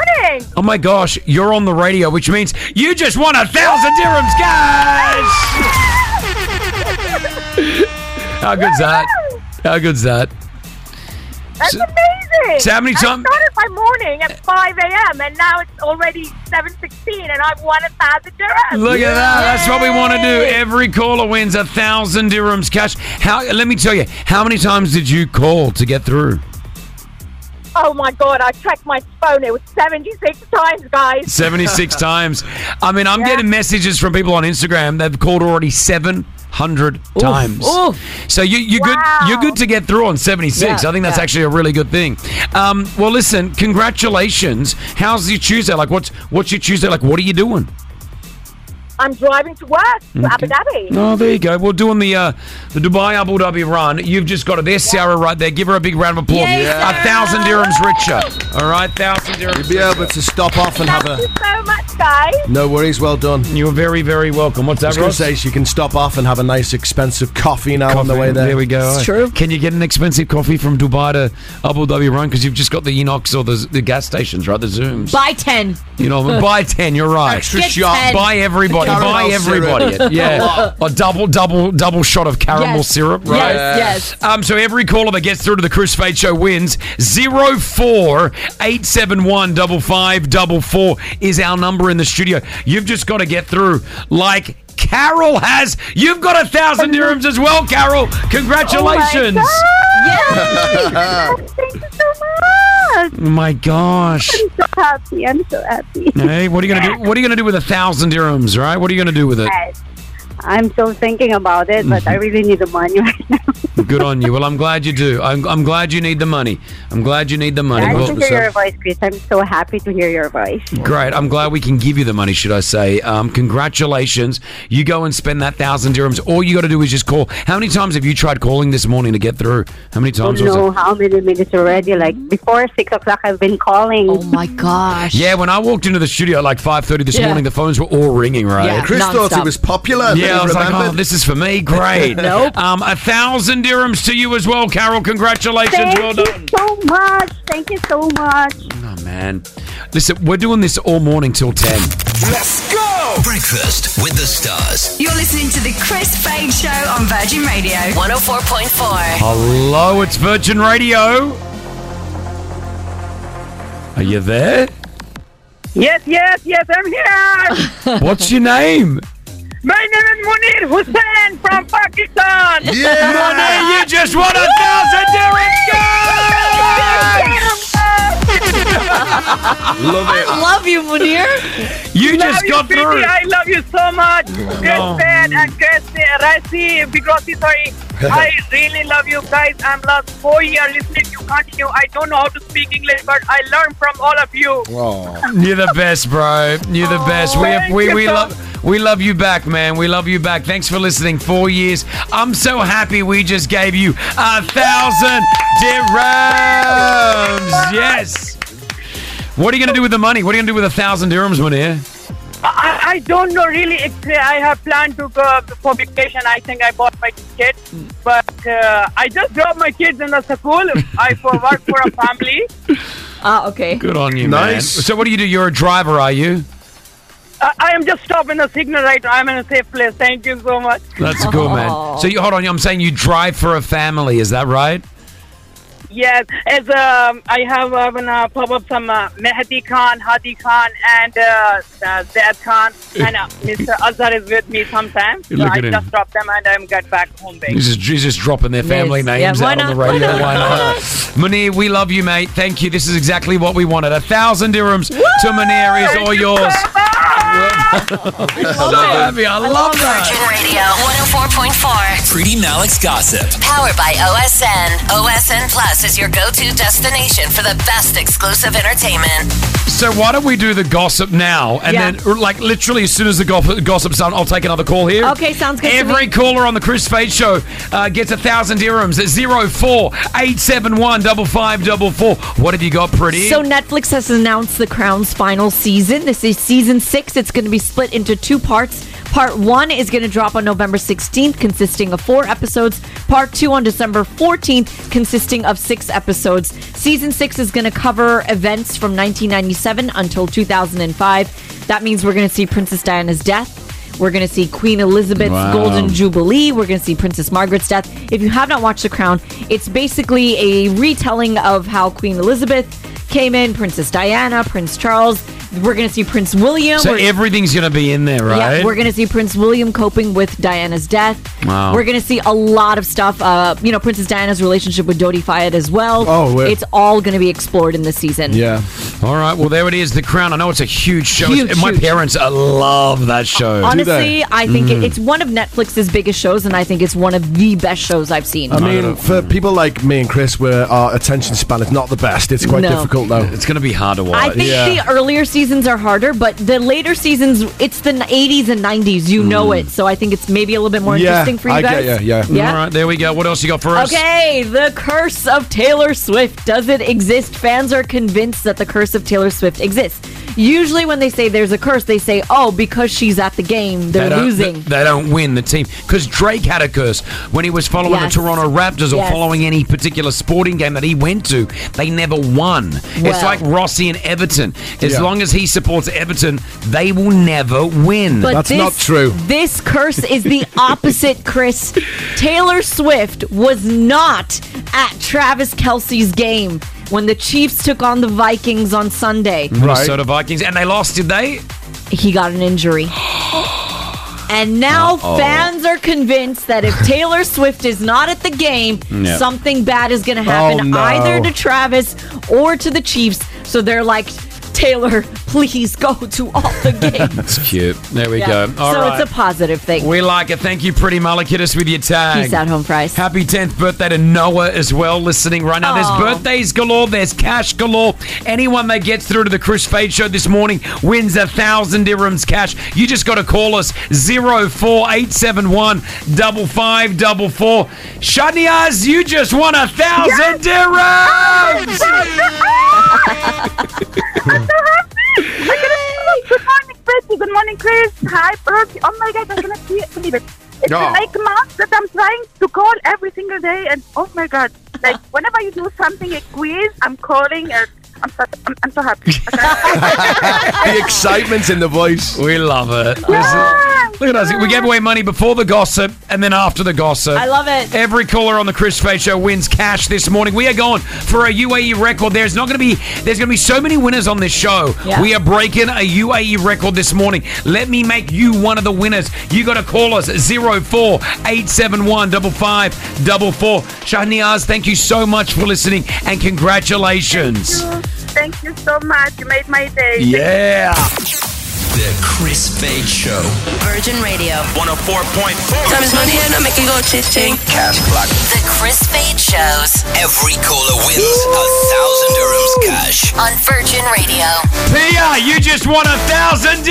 S5: Oh my gosh, you're on the radio, which means you just won a thousand dirhams cash. How good's that? How good's that?
S18: That's
S5: So-
S18: amazing.
S5: so how many
S18: I
S5: time-
S18: started my morning at 5 a.m. and now it's already 7.16 and I've won a thousand dirhams.
S5: Look at that. That's what we want to do. Every caller wins a thousand dirhams cash. How? Let me tell you, how many times did you call to get through?
S18: Oh my God, I checked my phone. It was 76 times, guys.
S5: 76 times. I mean, I'm getting messages from people on Instagram. They've called already 700 times.
S18: oof.
S5: So you, you're good. You're good to get through on 76.
S18: Yeah,
S5: I think that's
S18: yeah.
S5: actually a really good thing. Um, well, listen, congratulations. How's your Tuesday? Like, what's what's your Tuesday? Like, what are you doing?
S18: I'm driving to work to Abu
S5: Okay.
S18: Dhabi.
S5: Oh, there you go. We're doing the uh, the Dubai Abu Dhabi run. You've just got it. There's Sarah right there. Give her a big round of applause.
S18: Yay,
S5: A thousand dirhams richer. All right, thousand dirhams.
S8: You'll be able to stop off and have
S18: Thank
S8: a.
S18: you so much, guys.
S8: No worries, well done.
S5: You're very, very welcome. What's that,
S8: I was
S5: Ross?
S8: going to say, you can stop off and have a nice, expensive coffee now on the way there.
S5: There we go. Can you get an expensive coffee from Dubai to Abu Dhabi run? Because you've just got the Enox or the, the gas stations, right? The Zooms.
S6: buy ten.
S5: You know, buy ten. You're right.
S6: Extra Get shot. 10.
S5: Buy everybody.
S6: Caramel
S5: buy everybody.
S6: syrup.
S5: Yeah. a double, double, double shot of caramel
S6: Yes.
S5: syrup.
S6: Yes,
S5: Right.
S6: yes.
S5: Um. So every caller that gets through to the Chris Fade Show wins. Zero four eight seven one double five double four is our number in the studio. You've just got to get through like. Carol has. You've got a thousand dirhams as well, Carol. Congratulations.
S17: Oh
S18: Yay! Thank you so much.
S5: Oh my gosh.
S18: I'm so happy. I'm so happy.
S5: Hey, what are you gonna do? What are you gonna do with a thousand dirhams, right? What are you gonna do with it? Mm-hmm.
S18: I'm still thinking about it, but I really need the money right now.
S5: Good on you. Well, I'm glad you do. I'm, I'm glad you need the money. I'm glad you need the money.
S17: Glad
S5: Well,
S17: to hear
S5: so-
S17: your voice, Chris. I'm so happy to hear your voice.
S5: Great. I'm glad we can give you the money, should I say. Um, congratulations. You go and spend that thousand dirhams. All you got to do is just call. How many times have you tried calling this morning to get through? How many
S17: I
S5: times
S17: don't
S5: was it?
S17: know how many minutes already. Like before six o'clock, I've been calling. Oh my gosh!
S5: Yeah, when I walked into the studio at like 5.30 this
S17: Yeah.
S5: morning, the phones were all ringing, right?
S8: Yeah, Chris thought it was popular. that
S5: Yeah,
S8: he
S5: I was like, oh,
S8: remembered.
S5: this is for me. Great.
S8: Nope.
S5: Um, a thousand dirhams to you as well, Carol. Congratulations.
S17: Thank
S5: well
S17: you
S5: done.
S17: so much. Thank you so much.
S5: Oh, man. Listen, we're doing this all morning till 10.
S14: Let's go!
S2: Breakfast with the stars.
S14: You're listening to the Chris Fade Show on Virgin Radio
S4: 104.4.
S5: Hello, it's Virgin Radio. Are you there?
S1: Yes, yes, yes, I'm here.
S5: What's your name?
S1: My name is Munir Hussain from Pakistan.
S5: Yeah. Munir, you just won a thousand
S1: dirhams.
S5: Love it.
S6: I love you, Munir.
S5: You
S1: Love
S5: just
S1: you,
S5: got
S1: Preeti.
S5: through.
S1: I love you so much. Great
S5: No.
S1: fan and great Rasi, Big Rossi, sorry. I really love you guys. I'm last four year listening to you continue. I don't know how to speak English, but I learn from all of you.
S5: You're the best, bro. You're the best.
S1: Oh, Thank
S5: We we,
S1: you
S5: we
S1: so-
S5: love we love you back, man. We love you back. Thanks for listening. Four years. I'm so happy we just gave you a thousand dirhams. Yes. What are you gonna do with the money? What are you gonna do with a thousand dirhams, Munir?
S1: I, I don't know really. It's, uh, I have planned to go for vacation. I think I bought my ticket,
S18: Hmm.
S1: but uh, I just dropped my kids in the school. I for work for a family.
S6: Ah, okay.
S5: Good on you, man.
S1: Nice.
S5: So what do you do? You're a driver, are you?
S1: I, I am just stopping a signal right now. I'm in a safe place. Thank you so much.
S5: That's cool,
S18: Oh.
S5: man. So you hold on. I'm saying you drive for a family. Is that right?
S1: Yes, as um, I have uh, been, uh, pop up some uh, Mehdi Khan, Hadi Khan, and uh, uh, Zaid Khan, and uh, Mr. Azhar is with me sometimes. So
S5: Look at
S1: I
S5: him.
S1: just drop them and I'm get back home. Babe.
S5: He's just, he's just dropping their family
S1: Yes.
S5: names
S1: Yeah, why
S5: out on the
S1: not?
S5: radio.
S1: Why not?
S5: Why
S1: Why not?
S5: not? Munir, we love you, mate. Thank you. This is exactly what we wanted. A thousand dirhams to Munir is all yours. so happy. I love
S4: Virgin
S5: that.
S4: Radio 104.4.
S2: Pretty Malik's gossip.
S4: Powered by OSN. OSN Plus is your go to destination for the best exclusive entertainment.
S5: So why don't we do the gossip now, and
S4: Yeah.
S5: then, uh, like, literally as soon as the go- gossip's done, I'll take another call here.
S6: Okay, sounds good. to me.
S5: Every caller on the Chris Fade Show uh, gets a thousand dirhams at zero four eight seven one double five double four. What have you got, pretty?
S6: So Netflix has announced The Crown's final season. This is season six. It's going to be split into two parts. Part one is going to drop on November 16th, consisting of four episodes. Part two on December 14th, consisting of six episodes. Season six is going to cover events from 1997 until 2005. That means we're going to see Princess Diana's death. We're going to see Queen Elizabeth's
S19: Wow.
S6: Golden Jubilee. We're going to see Princess Margaret's death. If you have not watched The Crown, it's basically a retelling of how Queen Elizabeth came in, Princess Diana, Prince Charles. We're going to see Prince William.
S5: So
S6: We're-
S5: everything's gonna be in there, right?
S6: yeah, we're going to see Prince William coping with Diana's death.
S5: Wow.
S6: We're going to see a lot of stuff. Uh, you know, Princess Diana's relationship with Dodi Fayed as well.
S5: Oh, we're-
S6: it's all going to be explored in this season.
S5: Yeah. All right. Well, there it is. The Crown. I know it's a huge show.
S6: Huge,
S5: My
S6: huge.
S5: parents uh, love that show.
S6: Honestly, I think
S5: Mm.
S6: it, it's one of Netflix's biggest shows, and I think it's one of the best shows I've seen.
S8: I mean, for people like me and Chris, where our attention span is not the best, it's quite
S6: No.
S8: difficult though.
S5: It's going to be hard to
S6: I think the earlier seasons are harder, but the later seasons, it's the 80s and 90s. You
S5: Hmm.
S6: know it. So I think it's maybe a little bit more interesting for you guys.
S5: All right. There we go. What else you got for us?
S6: Okay, the curse of Taylor Swift does it exist? Fans are convinced that the curse of Taylor Swift exists. Usually, when they say there's a curse, they say, "Oh, because she's at the game,
S5: They
S6: they're
S5: don't-
S6: losing."
S5: They, they don't win the team because Drake had a curse when he was following
S6: Yes.
S5: the Toronto Raptors or
S6: Yes.
S5: following any particular sporting game that he went to. They never won. It's
S6: Well.
S5: like Rossi and Everton. As
S6: Yeah.
S5: long as he supports Everton, they will never win.
S6: But this- This curse is the opposite, Chris. Taylor Swift was not at Travis Kelsey's game when the Chiefs took on the Vikings on Sunday.
S5: Minnesota Vikings and they lost, did they?
S6: He got an injury. And now
S5: Uh-oh.
S6: fans are convinced that if Taylor Swift is not at the game,
S5: Yeah.
S6: something bad is going to happen
S5: Oh, no.
S6: either to Travis or to the Chiefs. So they're like, Taylor, please go to all the games.
S5: That's cute. There we
S6: Yeah.
S5: go. All
S6: so
S5: right.
S6: it's a positive thing.
S5: We like it. Thank you, pretty Mullah. Hit us with your tag.
S6: Peace out, home fries.
S5: Happy 10th birthday to Noah as well, listening right now.
S6: Aw.
S5: There's birthdays galore, there's cash galore. Anyone that gets through to the Chris Fade show this morning wins a thousand dirhams cash. You just got to call us 04871 5544. Shaniaz, you just won a thousand dirhams!
S18: Good morning, Chrissy. Good morning, Chris. Hi, Brooke. Oh my God, I cannot be- believe it. It's
S19: Oh.
S18: like months that I'm trying to call every single day, and oh my God, like whenever you do something, a quiz, I'm calling. And I'm so, I'm, I'm so happy.
S5: the excitement's in the voice. We love it. Listen, look at us. We gave away money before the gossip and then after the gossip.
S6: I love it.
S5: Every caller on the Chris Fay Show wins cash this morning. We are going for a UAE record. There's not going to be. There's going to be so many winners on this show.
S2: Yeah.
S5: We are breaking a UAE record this morning. Let me make you one of the winners. You got to call us zero four eight seven one double five double four. Shahniaz, thank you so much for listening and congratulations.
S18: Thank you so much. You made my day.
S5: Yeah.
S2: The Chris Fade Show.
S4: Virgin Radio.
S2: 104.4.
S4: Diamonds on hand, I make it go ching ching.
S2: Cash clock.
S4: The Chris Fade Shows
S2: Every caller wins a thousand dirhams cash.
S4: on Virgin Radio.
S5: Pia, you just won a thousand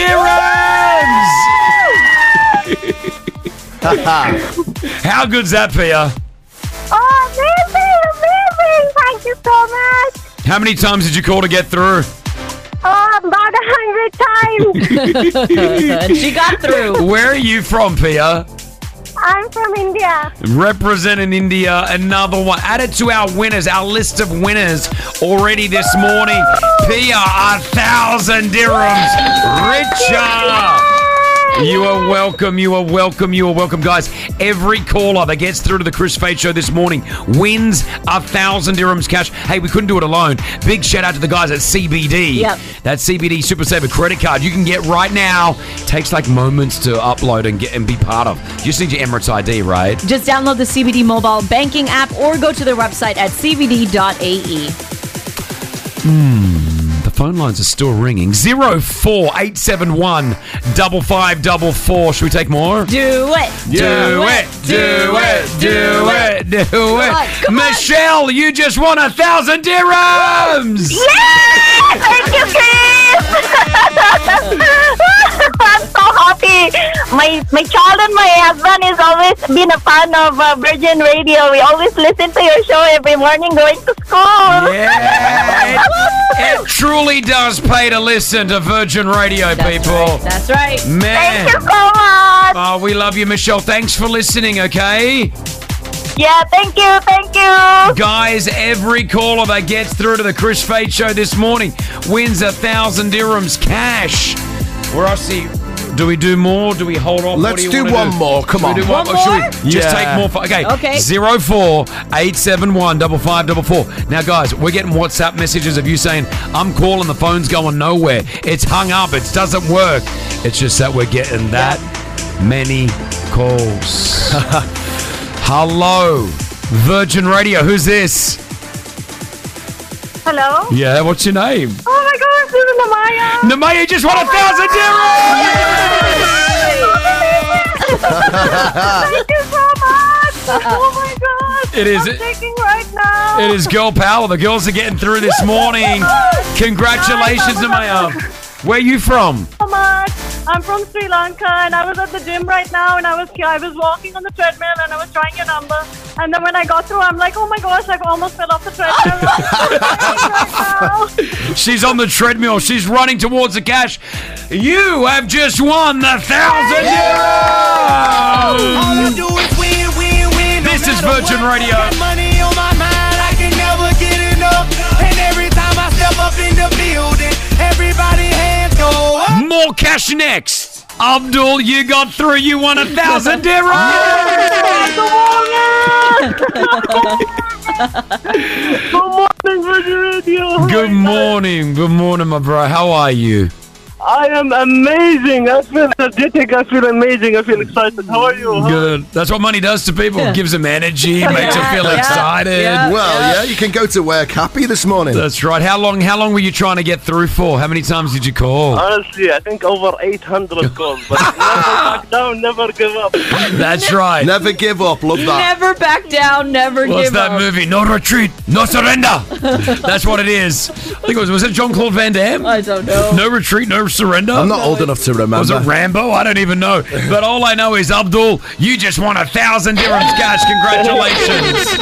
S5: dirhams! How good's that, Pia?
S19: Oh, amazing, amazing! Thank you so much.
S5: How many times did you call to get through?
S19: Oh, about a hundred times.
S5: Where are you from, Pia?
S19: I'm from India.
S5: Representing India, another one. Added to our winners, our list of winners already this morning. Pia, a thousand dirhams richer. You are welcome. You are welcome. You are welcome, guys. Every caller that gets through to the Chris Fade Show this morning wins a thousand dirhams cash. Hey, we couldn't do it alone. Big shout out to the guys at CBD.
S2: Yep.
S5: That CBD Super Saver credit card you can get right now. Takes like moments to upload and get and be part of. You just need your Emirates ID, right?
S6: Just download the CBD mobile banking app or go to their website at cbd.ae.
S5: Hmm. The phone lines are still ringing. Zero four eight seven one double five double four. Should we take more?
S6: Do it.
S5: Do, it. Do it. Do it. Do it. Michelle, you just won a thousand dirhams.
S19: Yeah! Thank you, Chris! I'm so happy. My my child and my husband has always been a fan of uh, Virgin Radio. We always listen to your show every morning going to school.
S5: Yeah, it, it truly does pay to listen to Virgin Radio, people.
S6: That's right.
S5: Man.
S19: Thank you so much.
S5: Oh, we love you, Michelle. Thanks for listening, okay?
S19: Yeah, thank you, thank you.
S5: Guys, every caller that gets through to the Chris Fade show this morning wins a thousand dirhams cash. We're obviously. Do we do more? Do we hold on?
S8: Let's do one more. Come on.
S5: we do one,
S8: One
S5: more? Should we
S8: more?
S5: just
S8: Yeah.
S5: take more. For, okay.
S8: Okay.
S5: Zero four eight seven one double five double four. Now, guys, we're getting WhatsApp messages of you saying, "I'm calling, the phone's going nowhere. It's hung up. It doesn't work. It's just that we're getting that many calls." Hello, Virgin Radio. Who's this?
S19: Hello.
S5: Yeah, what's your name?
S19: Oh my gosh, this is Namaya. Oh
S5: Namaya just won a thousand dirhams.
S19: Thank you so much. Oh my gosh.
S5: It is-
S19: I'm shaking right now.
S5: It is girl power. The girls are getting through this morning. Congratulations, Namaya. Where you from?
S19: so much. I'm from Sri Lanka and I was at the gym right now and I was here. I was walking on the treadmill and I was trying your number. And then when I got through, I'm like, oh my gosh, I've almost fell off the treadmill.
S5: She's on the treadmill. She's running towards the cash. You have just won the thousand
S2: All you
S5: euros.
S2: do is win, win, win.
S5: This is Virgin Radio.
S2: Got money on my mind, I can never get enough. And every time I step up in the building, everybody hands go up.
S5: More cash next. Abdul, you got through. You won a thousand dirhams.
S19: Good morning, Virgin Radio.
S5: Good morning. Good morning, my bro. How are you?
S16: I am amazing. I feel energetic. I feel amazing. I feel excited. How are you?
S5: Good. That's what money does to people. It gives them energy, makes them feel
S16: Yeah,
S5: excited.
S16: yeah,
S8: Well, yeah. yeah, you
S5: can go to work happy this morning. That's right. How long? How long were you trying to get through for? How many times did you call?
S16: Honestly, I think over 800 calls, but never back down, never give up.
S5: That's right.
S8: Never give up. Love
S6: Never back down, never
S5: What's
S6: give
S5: that
S6: up.
S5: movie? No retreat, no surrender. That's what it is. I think it was was it John Claude Van Damme?
S6: I don't know.
S5: No retreat, no surrender. I'm not old
S8: enough to remember.
S5: Was it Rambo? I don't even know. But all I know is Abdul, you just won a thousand dirhams cash. Congratulations.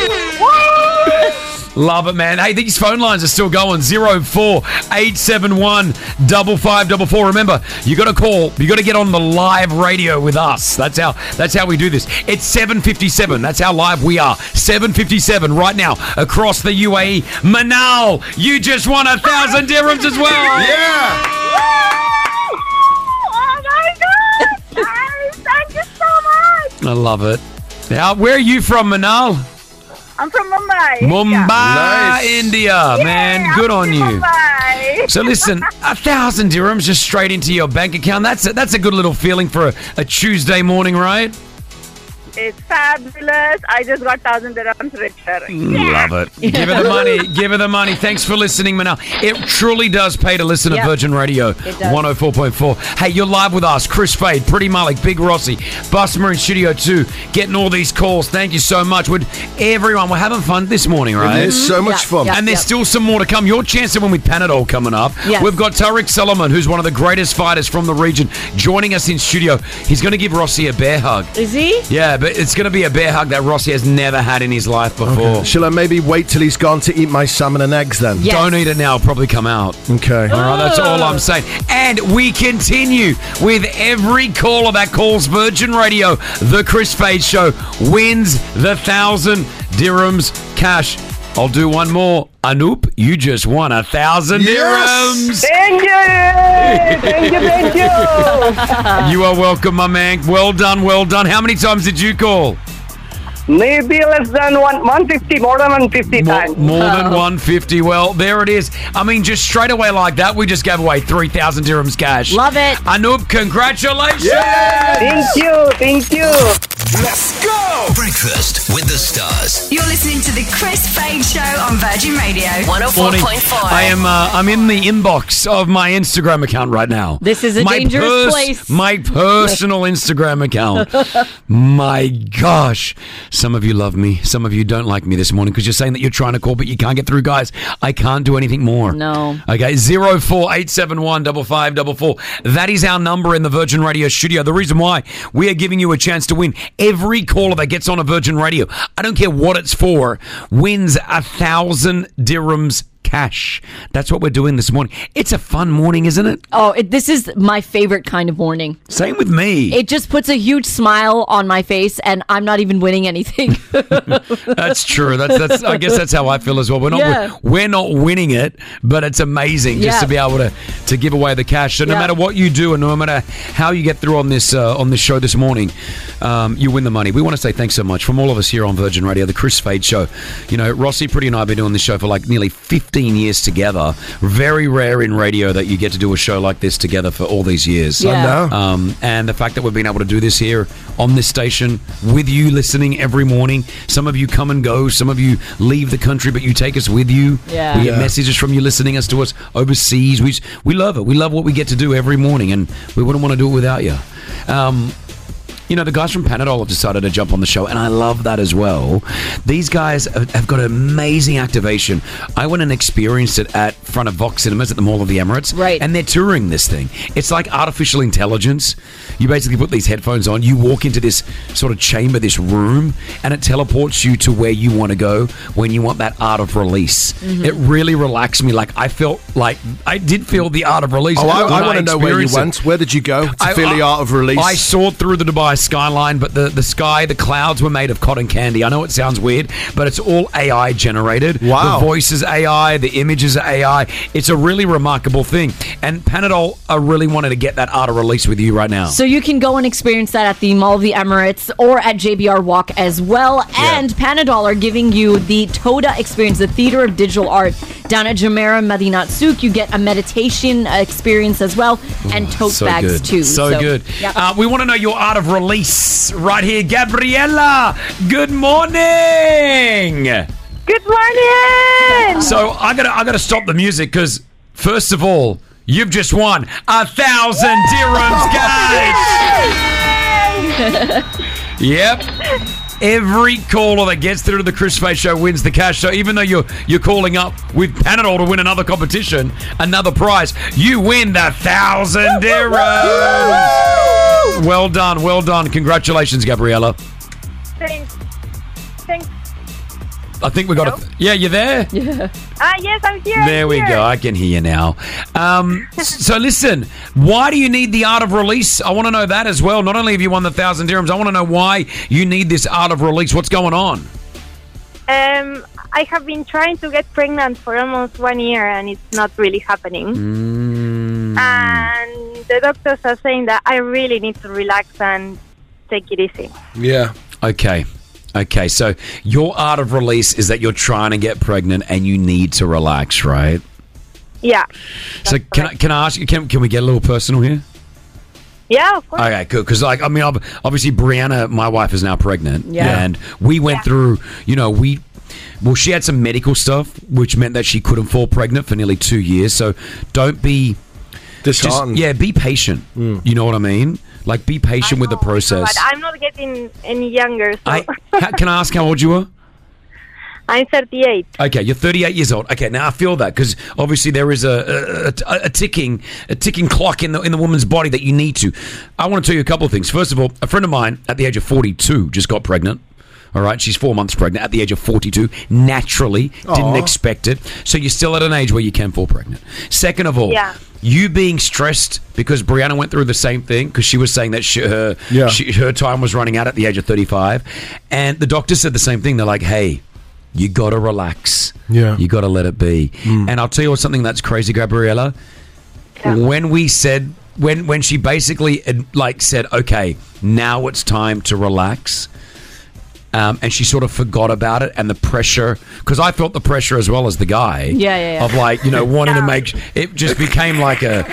S5: Love it, man. Hey, these phone lines are still going. 04871 5544. Remember, you got to call. You got to get on the live radio with us. That's how that's how we do this. It's 757. That's how live we are. 757 right now across the UAE. Manal, you just won a thousand dirhams as well.
S8: Yeah.
S2: Oh my god! Guys, Thank you so
S5: I love it. Now, where are you from, Manal?
S2: much. I'm from Mumbai.
S5: Mumbai,
S2: Nice.
S5: India, man. Good on you.
S2: Mumbai.
S5: So listen, a thousand dirhams just straight into your bank account. That's a, that's a good little feeling for a, a Tuesday morning, right?
S13: It's fabulous. I just got thousand dirhams richer.
S5: Mm,
S8: Mm,
S5: Love it. Give her the money. Give her the money. Thanks for listening, Manal. It truly does pay to listen
S13: Yeah.
S5: to Virgin Radio
S13: It does.
S5: 104.4. Hey, you're live with us. Chris Fade, Pretty Malik, Big Rossi, Bus Marine Studio 2, getting all these calls. Thank you so much. Would everyone, we're having fun this morning, right?
S8: is so much Yeah, fun. yeah,
S5: and there's
S8: yeah.
S5: still some more to come. Your chance to win with Panadol coming up.
S8: Yes.
S5: We've got Tariq Solomon, who's one of the greatest fighters from the region, joining us in studio. He's going to give Rossi a bear hug.
S6: Is he?
S5: Yeah, but it's going to be a bear hug that Rossi has never had in his life before.
S8: Shall I maybe wait till he's gone to eat my salmon and eggs then?
S5: Yes. Don't eat it now. It'll probably come out.
S8: Okay. Oh,
S5: All right, that's all I'm saying. And we continue with every caller that calls Virgin Radio. The Chris Fade Show wins the thousand dirhams cash. I'll do one more. Anoop, you just won a thousand dirhams.
S2: Thank you! Thank you, thank you!
S5: You are welcome, my man. Well done, well done. How many times did you call?
S16: Maybe less than one, 150, more than 150 times.
S5: More than 150. Well, there it is. I mean, just straight away like that, we just gave away 3,000 dirhams cash. Love it. Anoop, congratulations.
S2: Thank you, thank you!
S14: Let's go!
S3: Breakfast with the stars.
S14: You're listening to the Chris Fade Show on Virgin Radio. oh
S5: Morning. I am. Uh, I'm in the inbox of my Instagram account right now.
S14: This is a
S5: my
S14: dangerous place.
S5: My personal Instagram account. my gosh, some of you love me. Some of you don't like me this morning because you're saying that you're trying to call, but you can't get through, guys. I can't do anything more.
S6: No.
S5: Okay, zero four eight seven one double five double four. That is our number in the Virgin Radio studio. The reason why we are giving you a chance to win every caller that gets on a Virgin Radio, I don't care what it's for, wins a thousand dirhams cash. That's what we're doing this morning. It's a fun morning, isn't it?
S6: Oh, it, this is my favorite kind of morning.
S5: Same with me.
S6: It just puts a huge smile on my face, and I'm not even winning anything.
S5: That's true. That's that's. I guess that's how I feel as well. We're not
S6: Yeah.
S5: we're not winning it, but it's amazing just
S6: Yeah.
S5: to be able to to give away the cash. So no
S6: Yeah.
S5: matter what you do, and no matter how you get through on this uh, on this show this morning, um, you win the money. We want to say thanks so much from all of us here on Virgin Radio, the Chris Fade Show. You know, Rossi Pretty and I have been doing this show for like nearly 15 years together. Very rare in radio that you get to do a show like this together for all these years.
S8: I Yeah. know.
S5: Um, and the fact that we've been able to do this here on this station with you listening every morning. Some of you come and go, some of you leave the country, but you take us with you.
S6: Yeah.
S5: We get
S6: Yeah.
S5: messages from you listening us to us overseas. We, we love it. We love what we get to do every morning, and we wouldn't want to do it without you. Um, you know, the guys from Panadol have decided to jump on the show, and I love that as well. These guys have have got amazing activation. I went and experienced it at front of Vox Cinemas at the Mall of the Emirates. Right. And they're touring this thing. It's like artificial intelligence. You basically put these headphones on, you walk into this sort of chamber, this room, and it teleports you to where you want to go when you want that art of release.
S8: Mhm.
S5: It really relaxed me. Like, I felt like I did feel the art of release.
S8: Oh, I,
S5: when
S8: I want to know where you
S5: experienced it.
S8: went. Where did you go to feel the art of release?
S5: I soared through the Dubai skyline, but the, the sky, the clouds were made of cotton candy. I know it sounds weird, but it's all AI generated.
S8: Wow.
S5: The voice is AI, the images are AI. It's a really remarkable thing. And Panadol, I really wanted to get that art of release with you right now.
S6: So you can go and experience that at the Mall of the Emirates or at JBR Walk as well. And Panadol are giving you the Toda experience, the Theater of Digital Art. Down at Jumeirah Madinat Souk, you get a meditation uh, experience as well and tote
S5: so
S6: bags
S5: good.
S6: too.
S5: So, good.
S6: yeah.
S5: Uh, we want to know your art of release right here. Gabriella, good morning.
S20: Good morning.
S5: So I gotta I gotta stop the music because first of all, you've just won a thousand dirhams, guys. yep. Every caller that gets through to the Chris Face Show wins the cash. So even though you're you're calling up with Panadol to win another competition, another prize, you win the thousand dirhams. Well done, well done. Congratulations, Gabriella.
S20: Thanks. Thanks.
S5: I think we got it. Yeah, you there?
S20: Yeah. Ah, yes, I'm here. I'm
S5: There we
S20: here.
S5: go. I can hear you now. Um, s- so listen, why do you need the art of release? I want to know that as well. Not only have you won the thousand dirhams, I want to know why you need this art of release. What's going on?
S20: Um, I have been trying to get pregnant for almost one year, and it's not really happening.
S5: Mm.
S20: And the doctors are saying that I really need to relax and take it easy.
S5: Yeah. Okay. Okay. So your art of release is that you're trying to get pregnant and you need to relax, right?
S20: Yeah.
S5: so can I, can I ask you? Can, can we get a little personal here?
S20: Yeah, of course.
S5: Okay, good. Because like, I mean, ob- obviously, Brianna, my wife, is now pregnant,
S20: Yeah.
S5: and we went through. You know, we well, she had some medical stuff, which meant that she couldn't fall pregnant for nearly two years. So, don't be just-
S8: Disheartened.
S5: yeah, be patient. You know what I mean? Like, be patient with the
S20: But
S5: process.
S20: I'm not getting any younger, so
S5: I, how, can I ask how old you are?
S20: I'm 38.
S5: Okay, you're 38 years old. Okay, now I feel that because obviously there is a, a, a, a ticking a ticking clock in the in the woman's body that you need to. I want to tell you a couple of things. First of all, a friend of mine at the age of 42 just got pregnant. All right, she's four months pregnant at the age of 42. Naturally, didn't
S21: Aw.
S5: expect it. So you're still at an age where you can fall pregnant. Second of all,
S21: Yeah.
S5: you being stressed because Brianna went through the same thing because she was saying that she, her
S21: Yeah.
S5: she, her time was running out at the age of 35, and the doctor said the same thing. They're like, "Hey, you got to relax.
S21: Yeah.
S5: you got to let it be." And I'll tell you something that's crazy, Gabriella. When we said when when she basically ad- like said, "Okay, now it's time to relax." Um, and she sort of forgot about it and the pressure because I felt the pressure as well as the guy
S6: Yeah, yeah, yeah.
S5: of like you know wanting to make it just became like a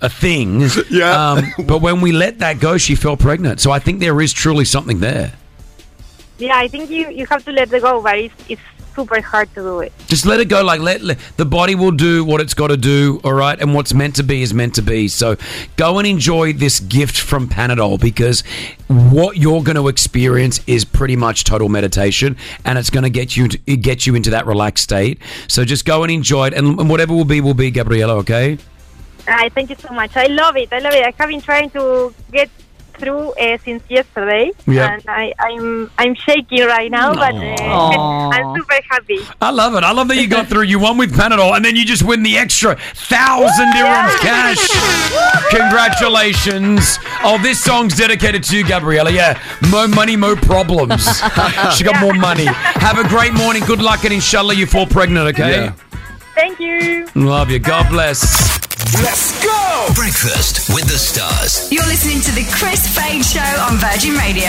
S5: a thing yeah um, but when we let that go she fell pregnant so I think there is truly something there
S20: Yeah, I think you, you have to let it go, but it's, it's super hard to do it.
S5: just let it go like let, let the body will do what it's got to do all right and what's meant to be is meant to be so go and enjoy this gift from panadol because what you're going to experience is pretty much total meditation and it's going to get you to, get you into that relaxed state so just go and enjoy it and, and whatever will be will be gabriella okay
S20: I thank you so much. I love it. I love it. I have been trying to get through uh, since yesterday,
S5: Yeah.
S20: and I, I'm I'm shaking right now, but uh,
S5: Aw.
S20: I'm super happy.
S5: I love it. I love that you got through. You won with Panadol, and then you just win the extra thousand dirhams cash. Congratulations! Oh, this song's dedicated to you, Gabriella. Yeah, mo money, mo problems. she got more money. Have a great morning. Good luck, and inshallah, you fall pregnant. Okay.
S20: Thank you.
S5: Love you. God bless.
S3: Let's go! Breakfast with the stars.
S14: You're listening to the Chris Fade Show on Virgin Radio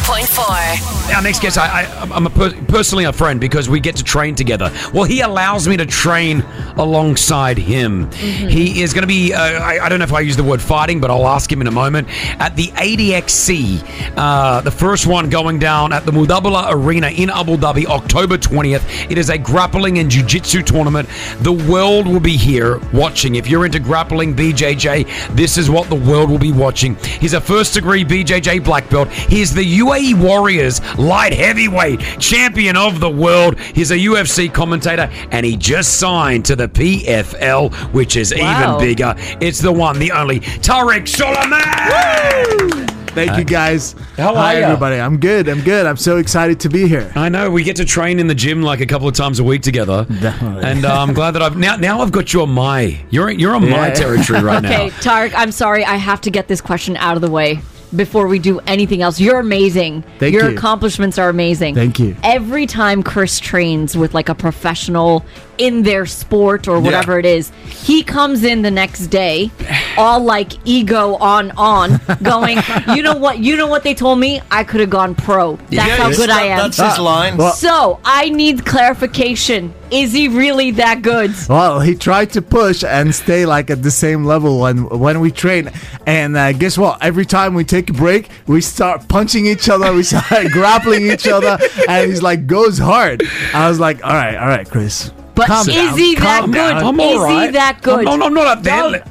S14: 104.4.
S5: Our next guest, I, I, I'm a per- personally a friend because we get to train together. Well, he allows me to train alongside him. He is going to be, uh, I, I don't know if I use the word fighting, but I'll ask him in a moment. At the ADXC, uh, the first one going down at the Mudabala Arena in Abu Dhabi, October 20th. It is a grappling and jiu jitsu tournament. The world will be here watching. If you're into grappling, BJJ, this is what the world will be watching. He's a first degree BJJ black belt. He is the UAE Warriors light heavyweight champion of the world. He's a UFC commentator and he just signed to the PFL, which is
S2: Wow.
S5: even bigger. It's the one, the only Tarek Solomon.
S22: Thank you, guys.
S5: How are
S22: Hi,
S5: ya?
S22: everybody. I'm good. I'm good. I'm so excited to be here.
S5: I know we get to train in the gym like a couple of times a week together, and uh, I'm glad that I've now now I've got you on my you're you're on my
S22: Yeah.
S5: territory right now.
S6: Okay, Tarek, I'm sorry. I have to get this question out of the way before we do anything else. You're amazing.
S22: Thank
S6: Your
S22: you.
S6: accomplishments are amazing.
S22: Thank you.
S6: Every time Chris trains with like a professional in their sport or whatever it is. He comes in the next day, all like ego on on, going, you know what, you know what they told me, I could have gone pro. That's
S2: Yeah,
S6: how
S2: it's-
S6: good I
S2: that-
S6: am.
S2: that's
S22: Ah,
S2: his line. Well-
S6: so I need clarification. Is he really that good?
S22: Well, he tried to push and stay like at the same level when when we train. And uh, guess what? Every time we take a break, we start punching each other. We start grappling each other, and he's like goes hard. I was like, all right, all right, Chris.
S6: But
S22: calm
S6: is
S22: down,
S6: he that
S22: calm
S6: good?
S22: down."
S6: I'm all Is he right. that good? I'm- I'm not up there. Don't-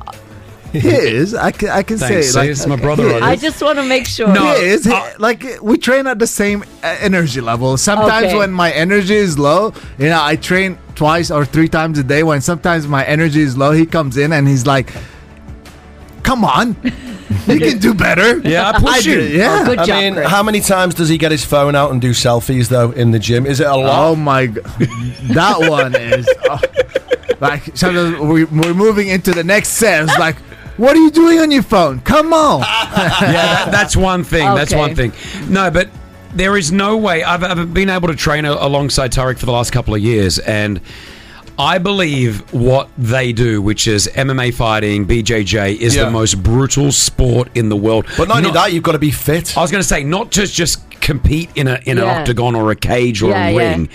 S22: He is. I can, I can
S5: Thanks,
S22: say
S5: see,
S22: it.
S5: it's my brother,
S22: he
S6: I
S22: is.
S6: just want to make sure.
S22: He is. He- like we train at the same uh, energy level. Sometimes
S6: Okay.
S22: when my energy is low, you know, I train twice or three times a day. When sometimes my energy is low, he comes in and he's like, "Come on, you can do better." do-
S6: Oh,
S22: Yeah,
S8: I mean, how many times does he get his phone out and do selfies though in the gym? Is it a lot?
S22: Oh my, g- that one is oh. like sometimes we, we're moving into the next set. It's like, what are you doing on your phone? Come on.
S5: yeah, that, that's one thing. That's
S22: Okay.
S5: one thing. No, but there is no way. I've, I've been able to train a, alongside Tarek for the last couple of years, and I believe what they do, which is MMA fighting, BJJ, is
S8: Yeah.
S5: the most brutal sport in the world.
S8: But not only that, you've got to be fit.
S5: I was going to say not to just compete in a in an
S8: Yeah.
S5: octagon or a cage or
S8: Yeah,
S5: a
S8: yeah.
S5: ring.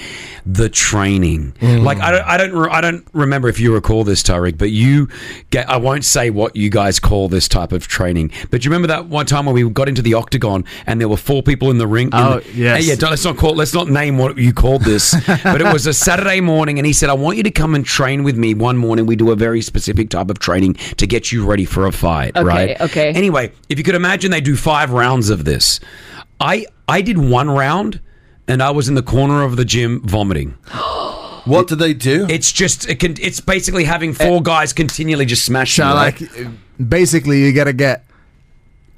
S5: The training, like I don't, I don't, re- I don't remember if you recall this, Tariq, but you, get, I won't say what you guys call this type of training, but you remember that one time when we got into the octagon and there were four people in the ring. in
S22: Oh,
S5: the-
S22: yes.
S5: Hey, yeah, don't- let's not call, let's not name what you called this, but it was a Saturday morning, and he said, "I want you to come and train with me one morning. We do a very specific type of training to get you ready for a fight,
S6: Okay,
S5: right?
S6: okay.
S5: Anyway, if you could imagine, they do five rounds of this. I I did one round, and I was in the corner of the gym vomiting.
S8: What do they do? Eh.
S5: It's just it can, it's basically having four guys continually just smashing.
S22: So
S5: right?
S22: like, basically, you gotta get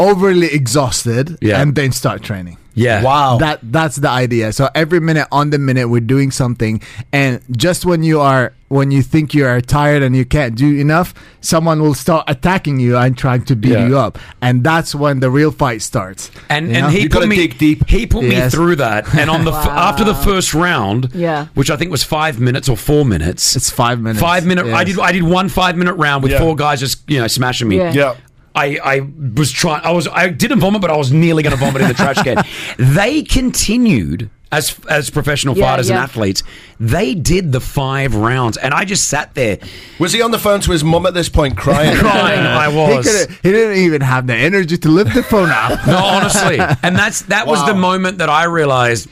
S22: overly exhausted
S5: Yeah.
S22: and then start training.
S5: Yeah.
S22: Wow. That that's the idea. So every minute on the minute we're doing something and just when you are when you think you are tired and you can't do enough, someone will start attacking you and trying to beat
S5: Yeah.
S22: you up. And that's when the real fight starts.
S5: and
S22: You
S5: and
S22: know?
S5: he put me deep. he put
S22: Yes.
S5: me through that, and on the f- after the first round,
S22: Yeah.
S5: which I think was five minutes or four minutes. It's
S22: five minutes.
S5: Five minute. I
S22: yes.
S5: did. I did one five minute round with
S22: Yeah.
S5: four guys just you know smashing me.
S22: Yeah. Yeah.
S5: I, I was trying. I was. I didn't vomit, but I was nearly going to vomit in the trash can. They continued as as professional
S8: Yeah,
S5: fighters
S8: yeah.
S5: and athletes. They did the five rounds, and I just sat there.
S8: Was he on the phone to his mum at this point, crying?
S5: crying. I was.
S22: He, couldn't- he didn't even have the energy to lift the phone up.
S5: No, honestly, and that's that was the moment that I realized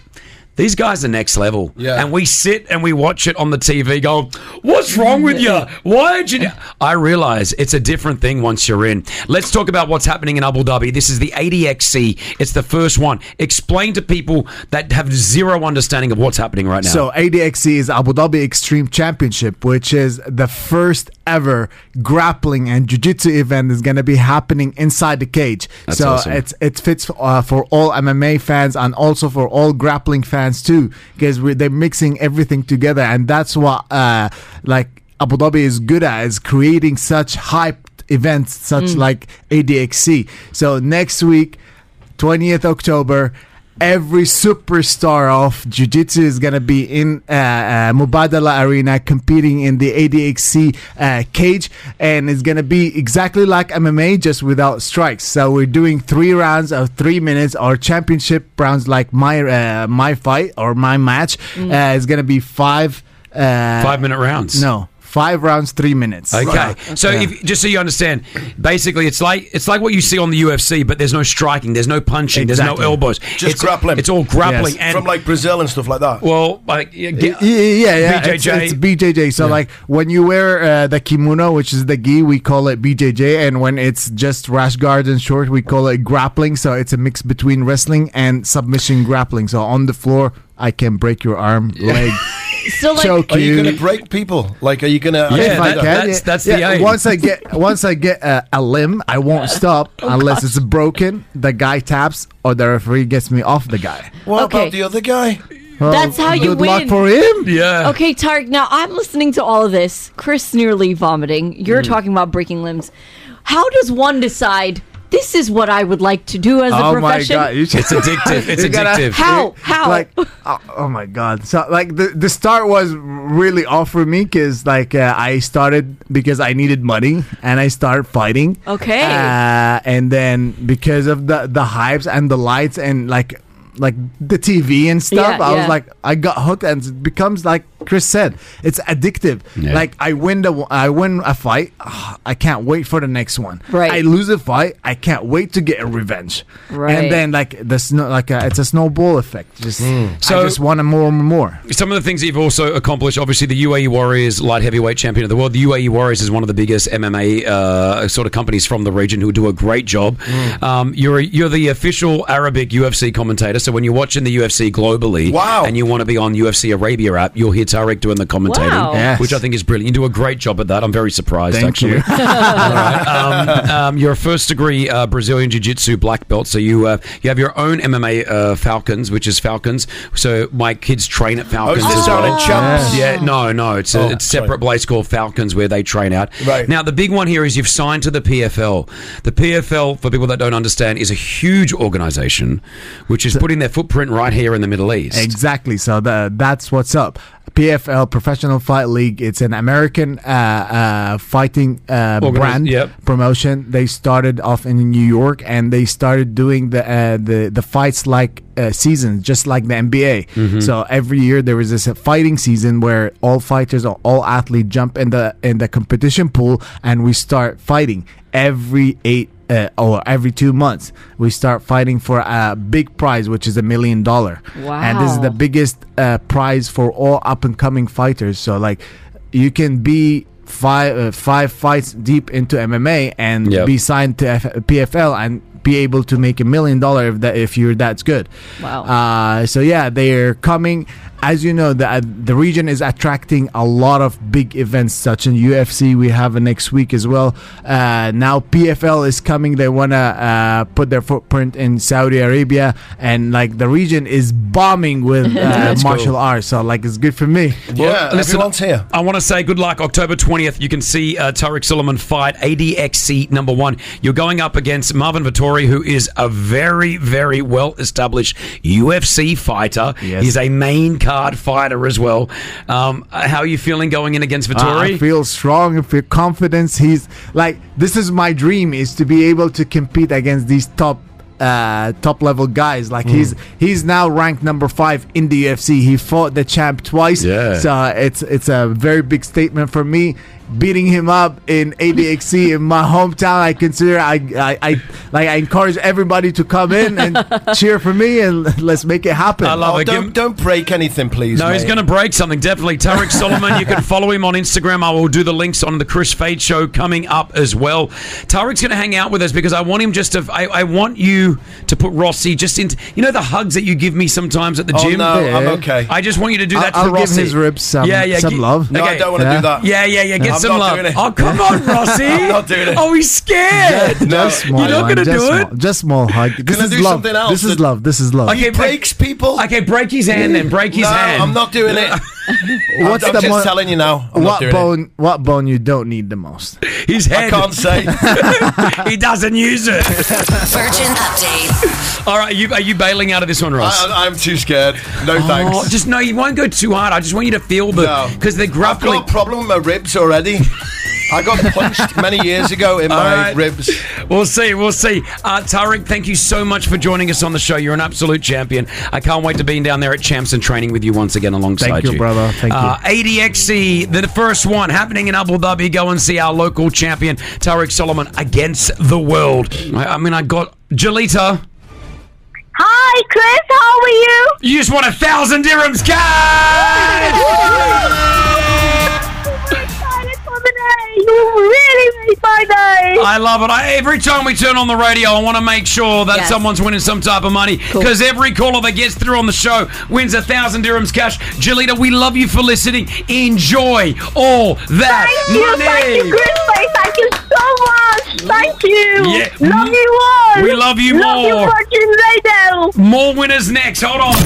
S5: these guys are next level. Yeah, and we sit and we watch it on the TV. Go, what's wrong with you? Why did you? I realize it's a different thing once you're in. Let's talk about what's happening in Abu Dhabi. This is the ADXC. It's the first one. Explain to people that have zero understanding of what's happening right now.
S22: So ADXC E is Abu Dhabi Extreme Championship, which is the first ever grappling and jiu-jitsu event is going to be happening inside the cage.
S5: That's
S22: so
S5: awesome.
S22: it's it fits uh, for all MMA fans and also for all grappling fans too, because they're mixing everything together, and that's what uh, like Abu Dhabi is good at is creating such hyped events such like ADXC. E. So next week. 20th October. Every superstar of Jiu Jitsu is going to be in uh, uh, Mubadala Arena competing in the ADXC uh, cage, and it's going to be exactly like MMA, just without strikes. So, we're doing three rounds of three minutes, or championship rounds like my uh, my fight or my match. Uh, it's going to be five. Uh,
S5: Five minute rounds.
S22: No, five rounds, three minutes.
S5: Okay, so
S22: Yeah.
S5: if, just so you understand, basically it's like it's like what you see on the UFC, but there's no striking, there's no punching, there's
S8: Exactly.
S5: no elbows,
S8: Just
S5: it's,
S8: grappling.
S5: It's all grappling, and
S8: from like Brazil and stuff like that.
S5: Well, like yeah,
S22: Y- y- yeah, yeah, it's-
S5: BJJ.
S22: It's, BJJ. So like when you wear uh, the kimono, which is the gi, we call it BJJ, and when it's just rash guard and short, we call it grappling. So it's a mix between wrestling and submission grappling. So on the floor, I can break your arm, leg.
S6: So like,
S22: Choke
S8: Are you going
S22: you.
S8: to break people? Like, are you going to?
S22: if I can, yeah. Yeah, Once I get once I get uh, a limb, I won't stop
S6: Oh,
S22: unless it's broken. The guy taps, or the referee gets me off the guy.
S8: What about the other guy?
S22: Well,
S6: That's how you
S22: good luck
S6: win.
S22: for him.
S5: Yeah.
S6: Okay, Tark. Now I'm listening to all of this. Chris nearly vomiting. You're
S22: Mm.
S6: talking about breaking limbs. How does one decide This is what I would like to do
S22: Oh
S6: as a profession.
S5: It's addictive. It's
S22: You gotta-
S5: addictive.
S6: How? How?
S22: Like, oh, oh my god! So like the the start was really off for me because like uh, I started because I needed money and I started fighting.
S6: Okay.
S22: Uh, and then because of the the hypes and the lights and like like the TV and stuff,
S7: Yeah,
S22: I was
S7: yeah.
S22: like I got hooked and it becomes like Chris said, it's addictive.
S7: Yeah.
S22: Like I win the I win a fight, ah, I can't wait for the next one. Right. I lose a fight, I can't wait to get a revenge.
S5: Right.
S22: And then like the snow, like a, it's a snowball effect. Just
S5: So-
S22: I just want more and more.
S5: Some of the things that you've also accomplished, obviously, the UAE Warriors light heavyweight champion of the world. The UAE Warriors is one of the biggest MMA uh, sort of companies from the region who do a great job. Um, you're you're the official Arabic UFC commentator. So when you're watching the UFC globally, wow. and you want to be on UFC Arabia app, you'll hear Tarek doing the commentating,
S7: Wow. Yes.
S5: which I think is brilliant. You do a great job at that. I'm very surprised.
S22: Thank
S5: actually.
S22: you.
S5: All right. um, um, you're a first degree uh, Brazilian Jiu Jitsu black belt, so you uh, you have your own MMA uh, Falcons, which is Falcons. So my kids train at Falcons
S7: Oh, this
S5: as
S7: down
S5: well.
S7: in Chumps?
S5: Yeah, no, no, it's a
S7: Oh,
S5: it's
S7: sorry.
S5: separate place called Falcons where they train out.
S7: Right.
S5: now, the big one here is you've signed to the PFL. The PFL, for people that don't understand, is a huge organization, which is putting their footprint right here in the Middle East.
S22: Exactly. So the, that's what's up. PFL Professional Fight League. It's an American uh, uh, fighting uh,
S5: Organis-
S22: brand
S5: yep.
S22: promotion. They started off in New York and they started doing the uh, the the fights like uh, seasons, just like the NBA.
S7: Mhm.
S22: So every year there was this uh, fighting season where all fighters or all athletes jump in the in the competition pool and we start fighting every eight. Uh, or every two months, we start fighting for a big prize, which is a million dollar. And this is the
S7: Wow.
S22: biggest uh, prize for all up and coming fighters. So like, you can be five uh, five fights deep into MMA and
S7: Yep.
S22: be signed to F- PFL and be able to make a million dollar if that if you're that's good.
S7: Wow.
S22: Uh, so yeah, they're coming. As you know, the uh, the region is attracting a lot of big events, such as UFC. We have uh, next week as well. Uh, now PFL is coming. They wanna uh, put their footprint in Saudi Arabia, and like the region is bombing with uh,
S5: That's cool.
S22: martial arts. So like it's good for me.
S5: Well, here. I want to say good luck. October 20th, you can see uh, Tarek Suleiman fight ADXC number one. You're going up against Marvin Vittori, who is a very, very well established UFC fighter. He's a main card fighter as well. Um, uh, how are you feeling going in against
S22: Uh, I
S5: Vittori?
S22: feel strong. I feel confidence. He's like this is my dream is to be able to compete against these top uh, top level guys.
S5: Hmm.
S22: Like he's he's now ranked number five in the UFC. He fought the champ twice.
S7: Yeah.
S22: So it's it's a very big statement for me. Beating him up in ADXC in my hometown, I consider I, I I like I encourage everybody to come in and cheer for me and let's make it happen.
S5: I love it. Give him-
S21: Oh, Don't, don't break anything, please.
S5: no, he's
S21: mate.
S5: going to break something, definitely. Tarek Solomon, you can follow him on Instagram. I will do the links on the Chris Fade show coming up as well. Tarek's going to hang out with us because I want him just to, I, I want you to put Rossi just into, you know, the hugs that you give me sometimes at the
S21: Oh,
S5: gym?
S21: no, I'm Yeah. okay.
S5: I just want you to do that
S22: I'll,
S5: to
S22: I'll give
S5: Rossi.
S22: his ribs some, some
S5: gi-
S22: love.
S21: No, I don't wanna do
S22: Yeah.
S21: that.
S5: Yeah, yeah, yeah. Get
S21: I'm
S5: some
S21: not
S5: love.
S21: doing it.
S5: Oh, come on, Rossi.
S21: I'm not doing it.
S5: Oh, he's scared.
S21: No.
S22: Just small
S5: You're not
S22: one,
S5: gonna
S22: just
S5: do
S22: small,
S5: it?
S22: Just small hug. This
S21: I
S22: is
S21: do
S22: love.
S21: something else
S22: This is
S21: that-
S22: love. This is love.
S21: He breaks people.
S5: Okay, break his hand then. Break his
S21: no,
S5: hand.
S21: I'm not doing it.
S22: What's
S21: I'm
S22: the
S21: just
S22: mo-
S21: telling you now. I'm not
S22: what
S21: doing it.
S22: bone? What bone you don't need the most?
S5: His
S21: I can't say.
S5: he doesn't use it.
S4: Virgin Update.
S5: All right, are you, are you bailing out of this one, Ross?
S21: I, I'm too scared. No thanks.
S5: Oh, just no, you won't go too hard. I just want you to feel the because they're grappling.
S21: I've got a problem with my ribs already. I got punched many years ago in
S5: All
S21: my
S5: right.
S21: ribs.
S5: We'll see. We'll see. Uh, Tarek, thank you so much for joining us on the show. You're an absolute champion. I can't wait to be down there at Champs and training with you once again alongside
S22: Thank you, brother. Thank you.
S21: Ah,
S5: Uh, ADXC, the first one happening in Abu Dhabi. Go and see our local champion, Tarek Solomon, against the world. I, I mean, I got Jalita.
S19: Hi, Chris. How are you?
S5: You just won a thousand dirhams cash.
S19: You really made my day.
S5: I love it. I, every time we turn on the radio, I want to make sure that
S7: Yes.
S5: someone's winning some type of money because every caller that gets through on the show wins a thousand dirhams cash. Jalita, we love you for listening. Enjoy all that
S19: Thank you,
S5: money.
S19: thank you, Chris. Thank you so much. Thank you.
S5: Yeah.
S19: Love you all.
S5: We love you
S19: Love you
S5: more.
S19: Virgin Radio.
S5: More winners next. Hold on.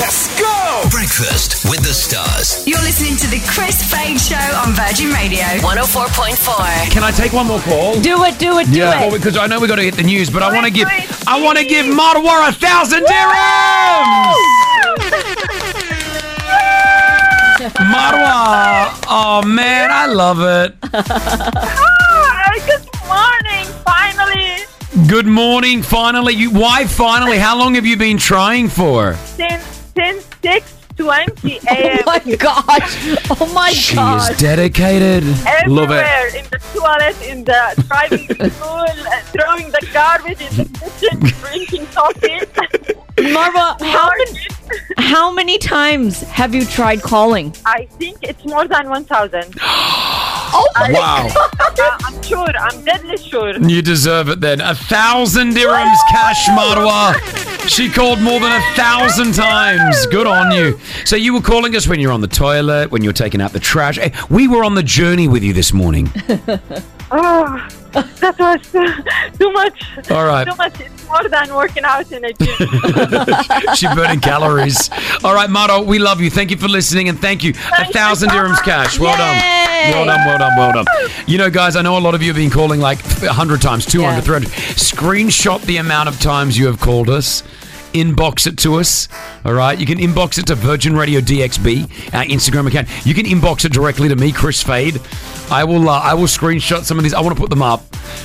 S3: Let's go! Breakfast with the stars.
S14: You're listening to the Chris Fade Show on Virgin Radio 104.4.
S5: Can I take one more call?
S6: Do it, do it, do
S5: Well,
S6: it.
S5: because I know we got to hit the news, but I want to give I want to give Marwar a thousand dirhams. Marwa, oh man, I love it.
S15: Hi, good morning, finally.
S5: Good morning. Finally, you. Why finally? How long have you been trying for?
S15: Since, since 6 20 a.m.
S6: Oh my gosh. Oh my
S5: She is dedicated.
S15: Everywhere,
S5: Love it.
S15: in the toilet, in the driving school, uh, throwing the garbage in the kitchen, drinking coffee.
S6: Marva, how many, how many times have you tried calling?
S15: I think it's more than 1,000.
S6: oh
S5: my Wow.
S15: I'm sure, I'm deadly sure.
S5: You deserve it then. A thousand dirhams cash, Marwa. She called more than a thousand times. Good on you. So you were calling us when you're on the toilet, when you're taking out the trash. Eh, We were on the journey with you this morning.
S15: Oh, that was uh, too much.
S5: All right.
S15: Too much. It's more than working out in a gym.
S5: She's burning calories. All right, Maro, we love you. Thank you for listening and thank you. a thousand dirhams cash. Well
S6: Yay.
S5: done. Well done, well done, well done. You know, guys, I know a lot of you have been calling like 100 times, 200,
S6: Yeah.
S5: 300. Screenshot the amount of times you have called us. Inbox it to us. All right. You can inbox it to Virgin Radio DXB, our Instagram account. You can inbox it directly to me, Chris Fade. I will. Uh, I will screenshot some of these. I want to put them up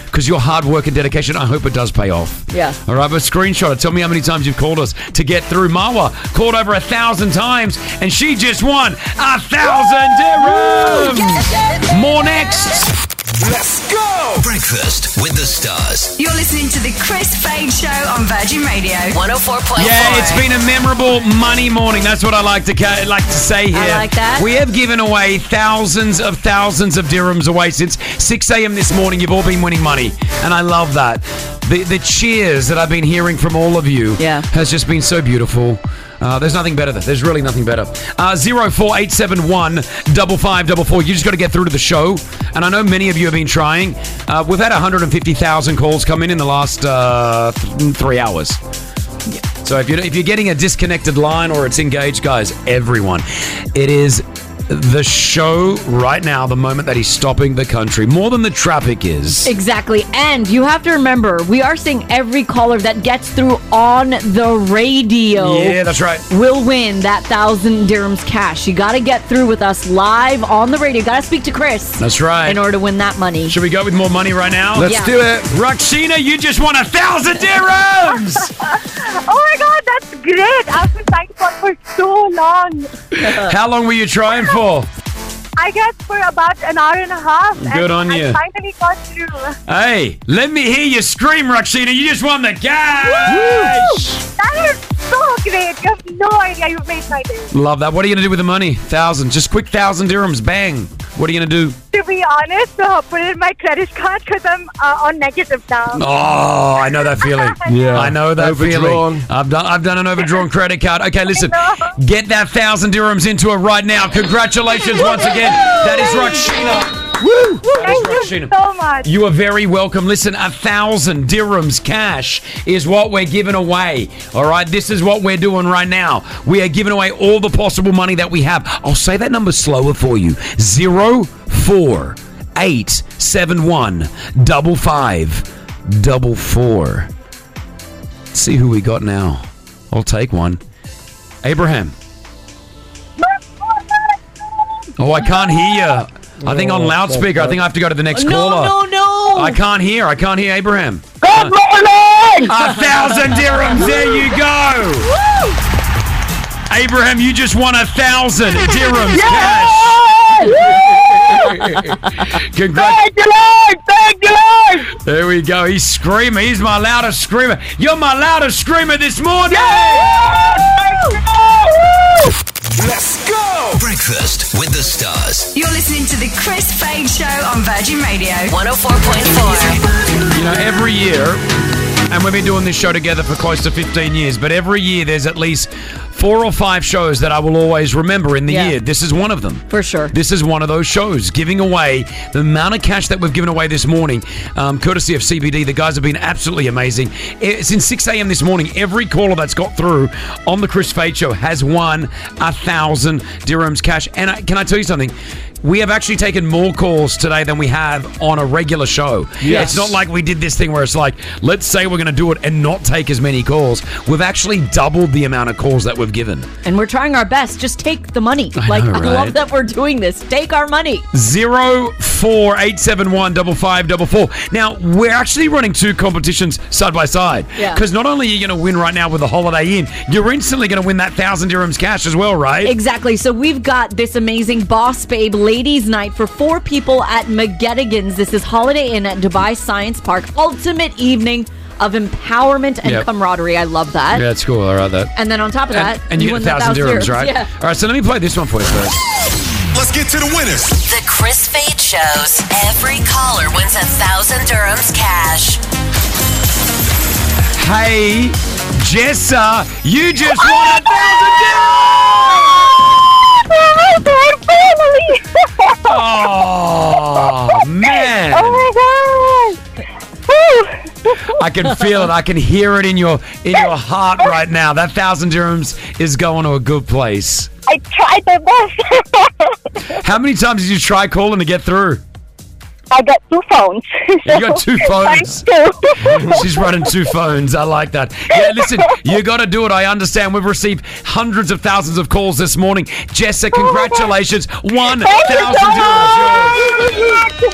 S5: because your hard work and dedication. I hope it does pay off.
S6: Yeah.
S5: All right, but screenshot it. Tell me how many times you've called us to get through. Marwa called over a thousand times, and she just won a thousand dirhams. More next.
S3: Let's go! Breakfast with the stars.
S14: You're listening to the Chris Fade Show on Virgin Radio 104.4.
S5: Yeah, it's been a memorable money morning. That's what I like to ca- like to say here.
S14: like that.
S5: We have given away thousands of thousands of dirhams away since 6 a.m. this morning. You've all been winning money, and I love that. The the cheers that I've been hearing from all of you has just been so beautiful. Uh, there's nothing better. than- There's really nothing better. Uh, Zero four eight seven one double five double four. You just got to get through to the show, and I know many of you have been trying. Uh, we've had 150,000 calls come in in the last uh, th- three hours. So if you're if you're getting a disconnected line or it's engaged, guys, everyone, it is the show right now. The moment that he's stopping the country more than the traffic is.
S6: Exactly. And you have to remember, we are saying every caller that gets through on the radio.
S5: Yeah, that's right.
S6: Will win that thousand dirhams cash. You got to get through with us live on the radio. Got to speak to Chris.
S5: That's right.
S6: In order to win that money.
S5: Should we go with more money right now?
S6: Let's Yeah. do
S5: it, Rakshina. You just won a thousand dirhams.
S15: oh my god, that's great! I've been trying for for so long.
S5: How long were you trying for?
S15: I guess for about an hour and a half. and
S5: Good on
S15: I
S5: you.
S15: Finally got through.
S5: Hey, let me hear you scream, Rakshina. You just won the cash.
S15: That is so great. You have no idea. You've made my day.
S5: Love that. What are you gonna do with the money? Thousand, just quick thousand dirhams, bang. What are you gonna do?
S15: To be honest, uh, put in my credit card because I'm uh, on negative now.
S5: Oh, I know that feeling.
S2: Yeah.
S5: I know that
S2: Overdrawn.
S5: feeling. I've done I've done an overdrawn credit card. Okay, listen.
S2: I
S5: Get that thousand dirhams into it right now. Congratulations once again. That is Rakshina. Woo!
S15: Thank you
S5: Rakshina.
S15: so much.
S5: You are very welcome. Listen, a thousand dirhams cash is what we're giving away. All right, this is what we're doing right now. We are giving away all the possible money that we have. I'll say that number slower for you. Zero four eight seven one double five double four. Let's see who we got now. I'll take one. Abraham. Oh, I can't hear you. I think on
S2: Oh,
S5: loudspeaker. I think I have to go to the next
S2: No,
S5: caller.
S2: no,
S6: no.
S5: I can't hear. I can't hear Abraham.
S2: Good morning!
S5: A thousand dirhams. There you go. Abraham, you just won a thousand dirhams cash. Congrats.
S2: Thank you, Lord!
S5: There we go. He's screaming. He's my loudest screamer. You're my loudest screamer this morning.
S3: Let's go! Breakfast with the stars.
S14: You're listening to the Chris oh Fade Show on Virgin Radio 104.4.
S5: You know, every year and we've been doing this show together for close to 15 years. But every year, there's at least four or five shows that I will always remember in the
S6: Yeah.
S5: year. This is one of them.
S6: For sure.
S5: This is one of those shows, giving away the amount of cash that we've given away this morning, um, courtesy of CBD. The guys have been absolutely amazing. Eh, Since 6 a.m. this morning, every caller that's got through on the Chris Fade Show has won a thousand dirhams cash. And I, can I tell you something? We have actually taken more calls today than we have on a regular show.
S2: Yes.
S5: It's not like we did this thing where it's like, let's say we're going to do it and not take as many calls. We've actually doubled the amount of calls that we've given.
S6: And we're trying our best. Just take the money.
S5: I
S6: like
S5: know,
S6: I love
S5: right?
S6: that we're doing this. Take our money.
S5: Zero four eight seven one double five double four. Now we're actually running two competitions side by side.
S6: Yeah.
S5: Because not only are you going to win right now with the Holiday Inn, you're instantly going to win that thousand dirhams cash as well, right?
S6: Exactly. So we've got this amazing Boss Babe Ladies Night for four people at McGettigan's. This is Holiday Inn at Dubai Science Park. Ultimate evening of empowerment and
S5: Yep.
S6: camaraderie. I love
S5: Yeah,
S6: that.
S5: that's cool. All right, that.
S6: And then on top of that,
S5: and, and you,
S6: win
S5: get
S6: the
S5: a thousand dirhams, right?
S6: Yeah.
S5: All right. So let me play this one for you first.
S3: Let's get to the winners.
S4: The Chris Fade shows every caller wins a thousand dirhams cash.
S5: Hey, Jessa, you just won a thousand Oh man!
S2: Oh my
S5: I can feel it. I can hear it in your in your heart right now. That thousand dirhams is going to a good place.
S2: I tried my best.
S5: How many times did you try calling to get through?
S2: I got two phones.
S5: You got two phones. She's running two phones. I like that. Yeah, listen, you got to do it. I understand. We've received hundreds of thousands of calls this morning. Jessa, congratulations. One
S2: Oh, Thank you
S5: thousand
S2: so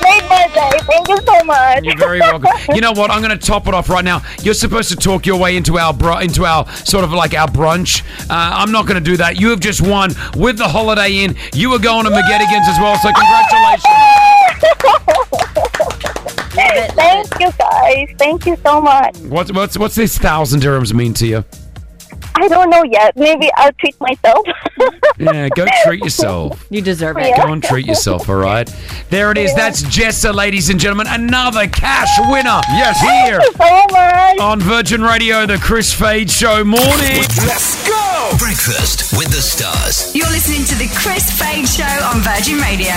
S5: dirhams.
S2: much. Great birthday. Thank you so much.
S5: You're very welcome. You know what? I'm going to top it off right now. You're supposed to talk your way into our br- into our sort of like our brunch. Uh, I'm not going to do that. You have just won with the Holiday Inn. You are going to McGettigan's as well. So congratulations.
S2: Thank you guys. Thank you so much.
S5: What's what's what's this thousand dirhams mean to you?
S2: I don't know yet. Maybe I'll treat myself.
S5: Yeah, go treat yourself.
S6: You deserve
S2: it.
S5: Go and treat yourself, all right? There it is. That's Jessa, ladies and gentlemen. Another cash winner. Yes, here on Virgin Radio, the Chris Fade Show. Morning.
S3: Let's go. Breakfast with the stars.
S14: You're listening to the Chris Fade Show on Virgin Radio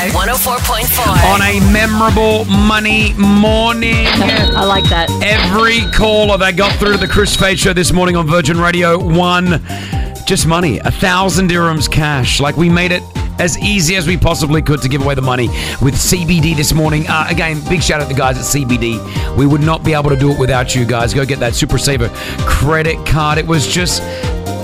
S14: 104.4.
S5: on a memorable money morning. I
S6: like that.
S5: Every caller that got through to the Chris Fade Show this morning on Virgin Radio won just money, a thousand dirhams cash. Like we made it as easy as we possibly could to give away the money with CBD this morning. Uh, again, big shout out to the guys at CBD. We would not be able to do it without you guys. Go get that Super Saver credit card. It was just,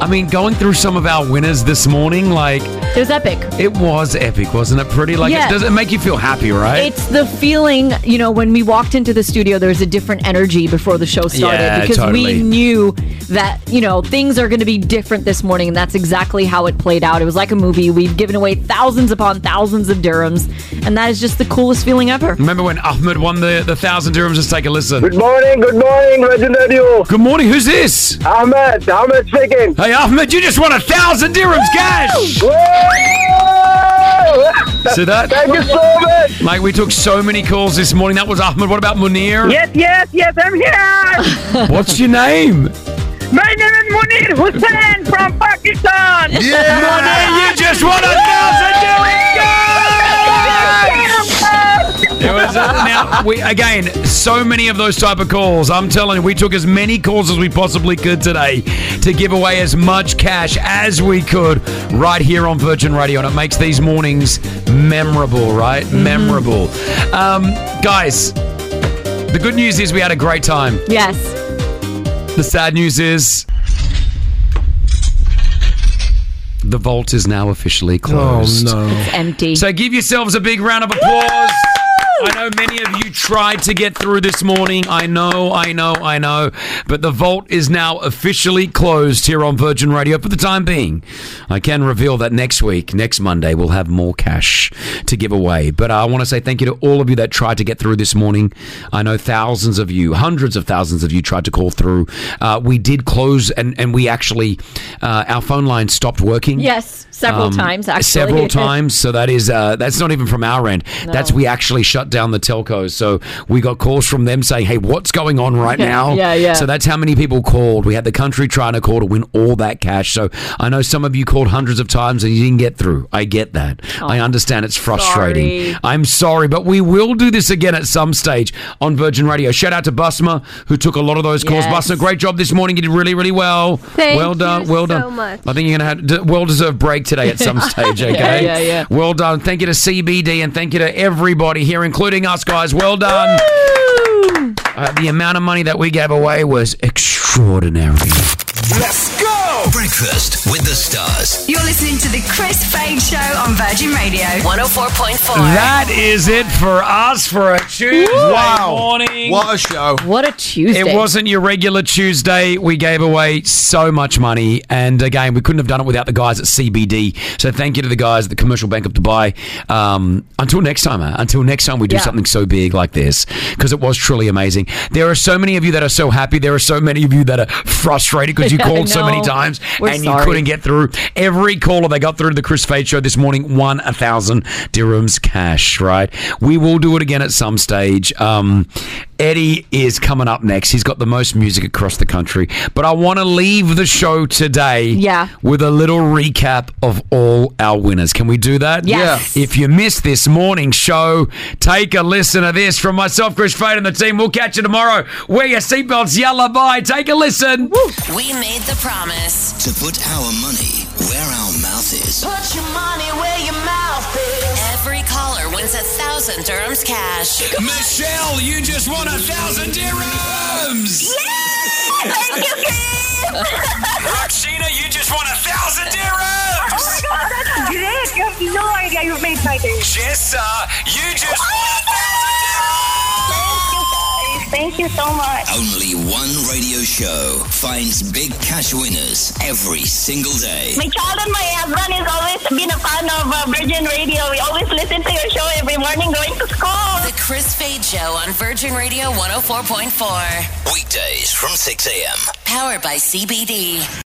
S5: I mean, going through some of our winners this morning, like.
S6: It was epic.
S5: It was epic, wasn't it? Pretty. Like,
S6: Yeah.
S5: it, does it make you feel happy, right?
S6: It's the feeling, you know, when we walked into the studio, there was a different energy before the show started
S5: Yeah,
S6: because
S5: totally.
S6: we knew that, you know, things are going to be different this morning. And that's exactly how it played out. It was like a movie. We've given away thousands upon thousands of dirhams. And that is just the coolest feeling ever.
S5: Remember when Ahmed won the, the thousand dirhams? Let's take a listen.
S16: Good morning, good morning, Virgin Radio.
S5: Good morning, who's this?
S16: Ahmed, Ahmed speaking.
S5: Hey, Ahmed, you just won a thousand dirhams cash. See that?
S16: Thank you so much.
S5: Mate, we took so many calls this morning. That was Ahmed. What about Munir?
S1: Yes, yes, yes, I'm here.
S5: What's your name?
S1: My name is Munir Hussain from Pakistan.
S5: Yeah. Munir, you just won a thousand It was uh, now we again so many of those type of calls. I'm telling you, we took as many calls as we possibly could today to give away as much cash as we could right here on Virgin Radio, and it makes these mornings memorable, right? Memorable, um, guys. The good news is we had a great time.
S6: Yes.
S5: The sad news is the vault is now officially closed.
S6: no. It's empty.
S5: Oh, So give yourselves a big round of applause. I know many of you tried to get through this morning. I know, I know, I know. But the vault is now officially closed here on Virgin Radio for the time being. I can reveal that next week, next Monday, we'll have more cash to give away. But I want to say thank you to all of you that tried to get through this morning. I know thousands of you, hundreds of thousands of you tried to call through. Uh, we did close and, and we actually, uh, our phone line stopped working. Um,
S6: Yes, several times, actually.
S5: Several times. So that is uh, that's not even from our end. That's we actually shut shut down the telcos. So we got calls from them saying, hey, what's going on right now?
S6: Yeah, yeah.
S5: So that's how many people called. We had the country trying to call to win all that cash. So I know some of you called hundreds of times and you didn't get through. I get that. I understand it's frustrating.
S7: sorry.
S5: I'm sorry, but we will do this again at some stage on Virgin Radio. Shout out to Busma, who took a lot of those calls.
S7: Yes.
S5: Busma, great job this morning. You did really, really well.
S7: Thank
S5: well done.
S7: you
S5: well
S7: so
S5: done.
S7: much.
S5: I think you're going to have d- well deserved break today at some stage,
S7: Yeah,
S5: okay?
S7: yeah, yeah.
S5: Well done. Thank you to CBD and thank you to everybody here, including us, guys. Well done. Uh, the amount of money that we gave away was extraordinary.
S3: Let's go! Breakfast with the stars.
S14: You're listening to the Chris Fade Show on Virgin Radio 104.4.
S5: That is it for us for a Tuesday
S14: Wow.
S5: morning.
S14: What
S5: a show.
S6: What a Tuesday.
S5: Oh. It wasn't your regular Tuesday. We gave away so much money. And again, we couldn't have done it without the guys at CBD. So thank you to the guys at the Commercial Bank of Dubai. Um, until next time, huh? until next time we do
S7: Yeah.
S5: something so big like this, because it was truly amazing. There are so many of you that are so happy. There are so many of you that are frustrated because you
S7: Yeah, I
S5: called so many
S7: know.
S5: times
S7: We're
S5: and
S7: sorry.
S5: you couldn't get through. Every caller they got through to the Chris Fade show this morning won a thousand dirhams cash, right? We will do it again at some stage. Um, Eddie is coming up next. He's got the most music across the country. But I want to leave the show today
S6: Yeah.
S5: with a little recap of all our winners. Can we do that?
S6: Yes.
S5: Yeah. If you missed this morning's show, take a listen to this from myself, Chris Fade, and the team. We'll catch you tomorrow. Wear your seatbelts. Yalla, bye. Take a listen.
S4: We made the promise.
S3: To put our money where our mouth is.
S4: Put your money where your mouth is. Every caller wins a thousand dirhams cash.
S3: Michelle, you just won a thousand dirhams! Yeah!
S4: Thank you,
S3: Roxina, you just won a thousand dirhams!
S7: Oh my God, that's great. You have no idea you've made my day. Oh,
S3: Jessa, you just
S7: Thank you so
S5: Oh,
S7: much.
S3: Only one radio show finds big cash winners every single day.
S19: My child and my husband has always been a fan of uh, Virgin Radio. We always listen to your show every morning going to school.
S4: The Chris Fade Show on Virgin Radio 104.4.
S3: Weekdays from 6 a.m.
S4: Powered by CBD.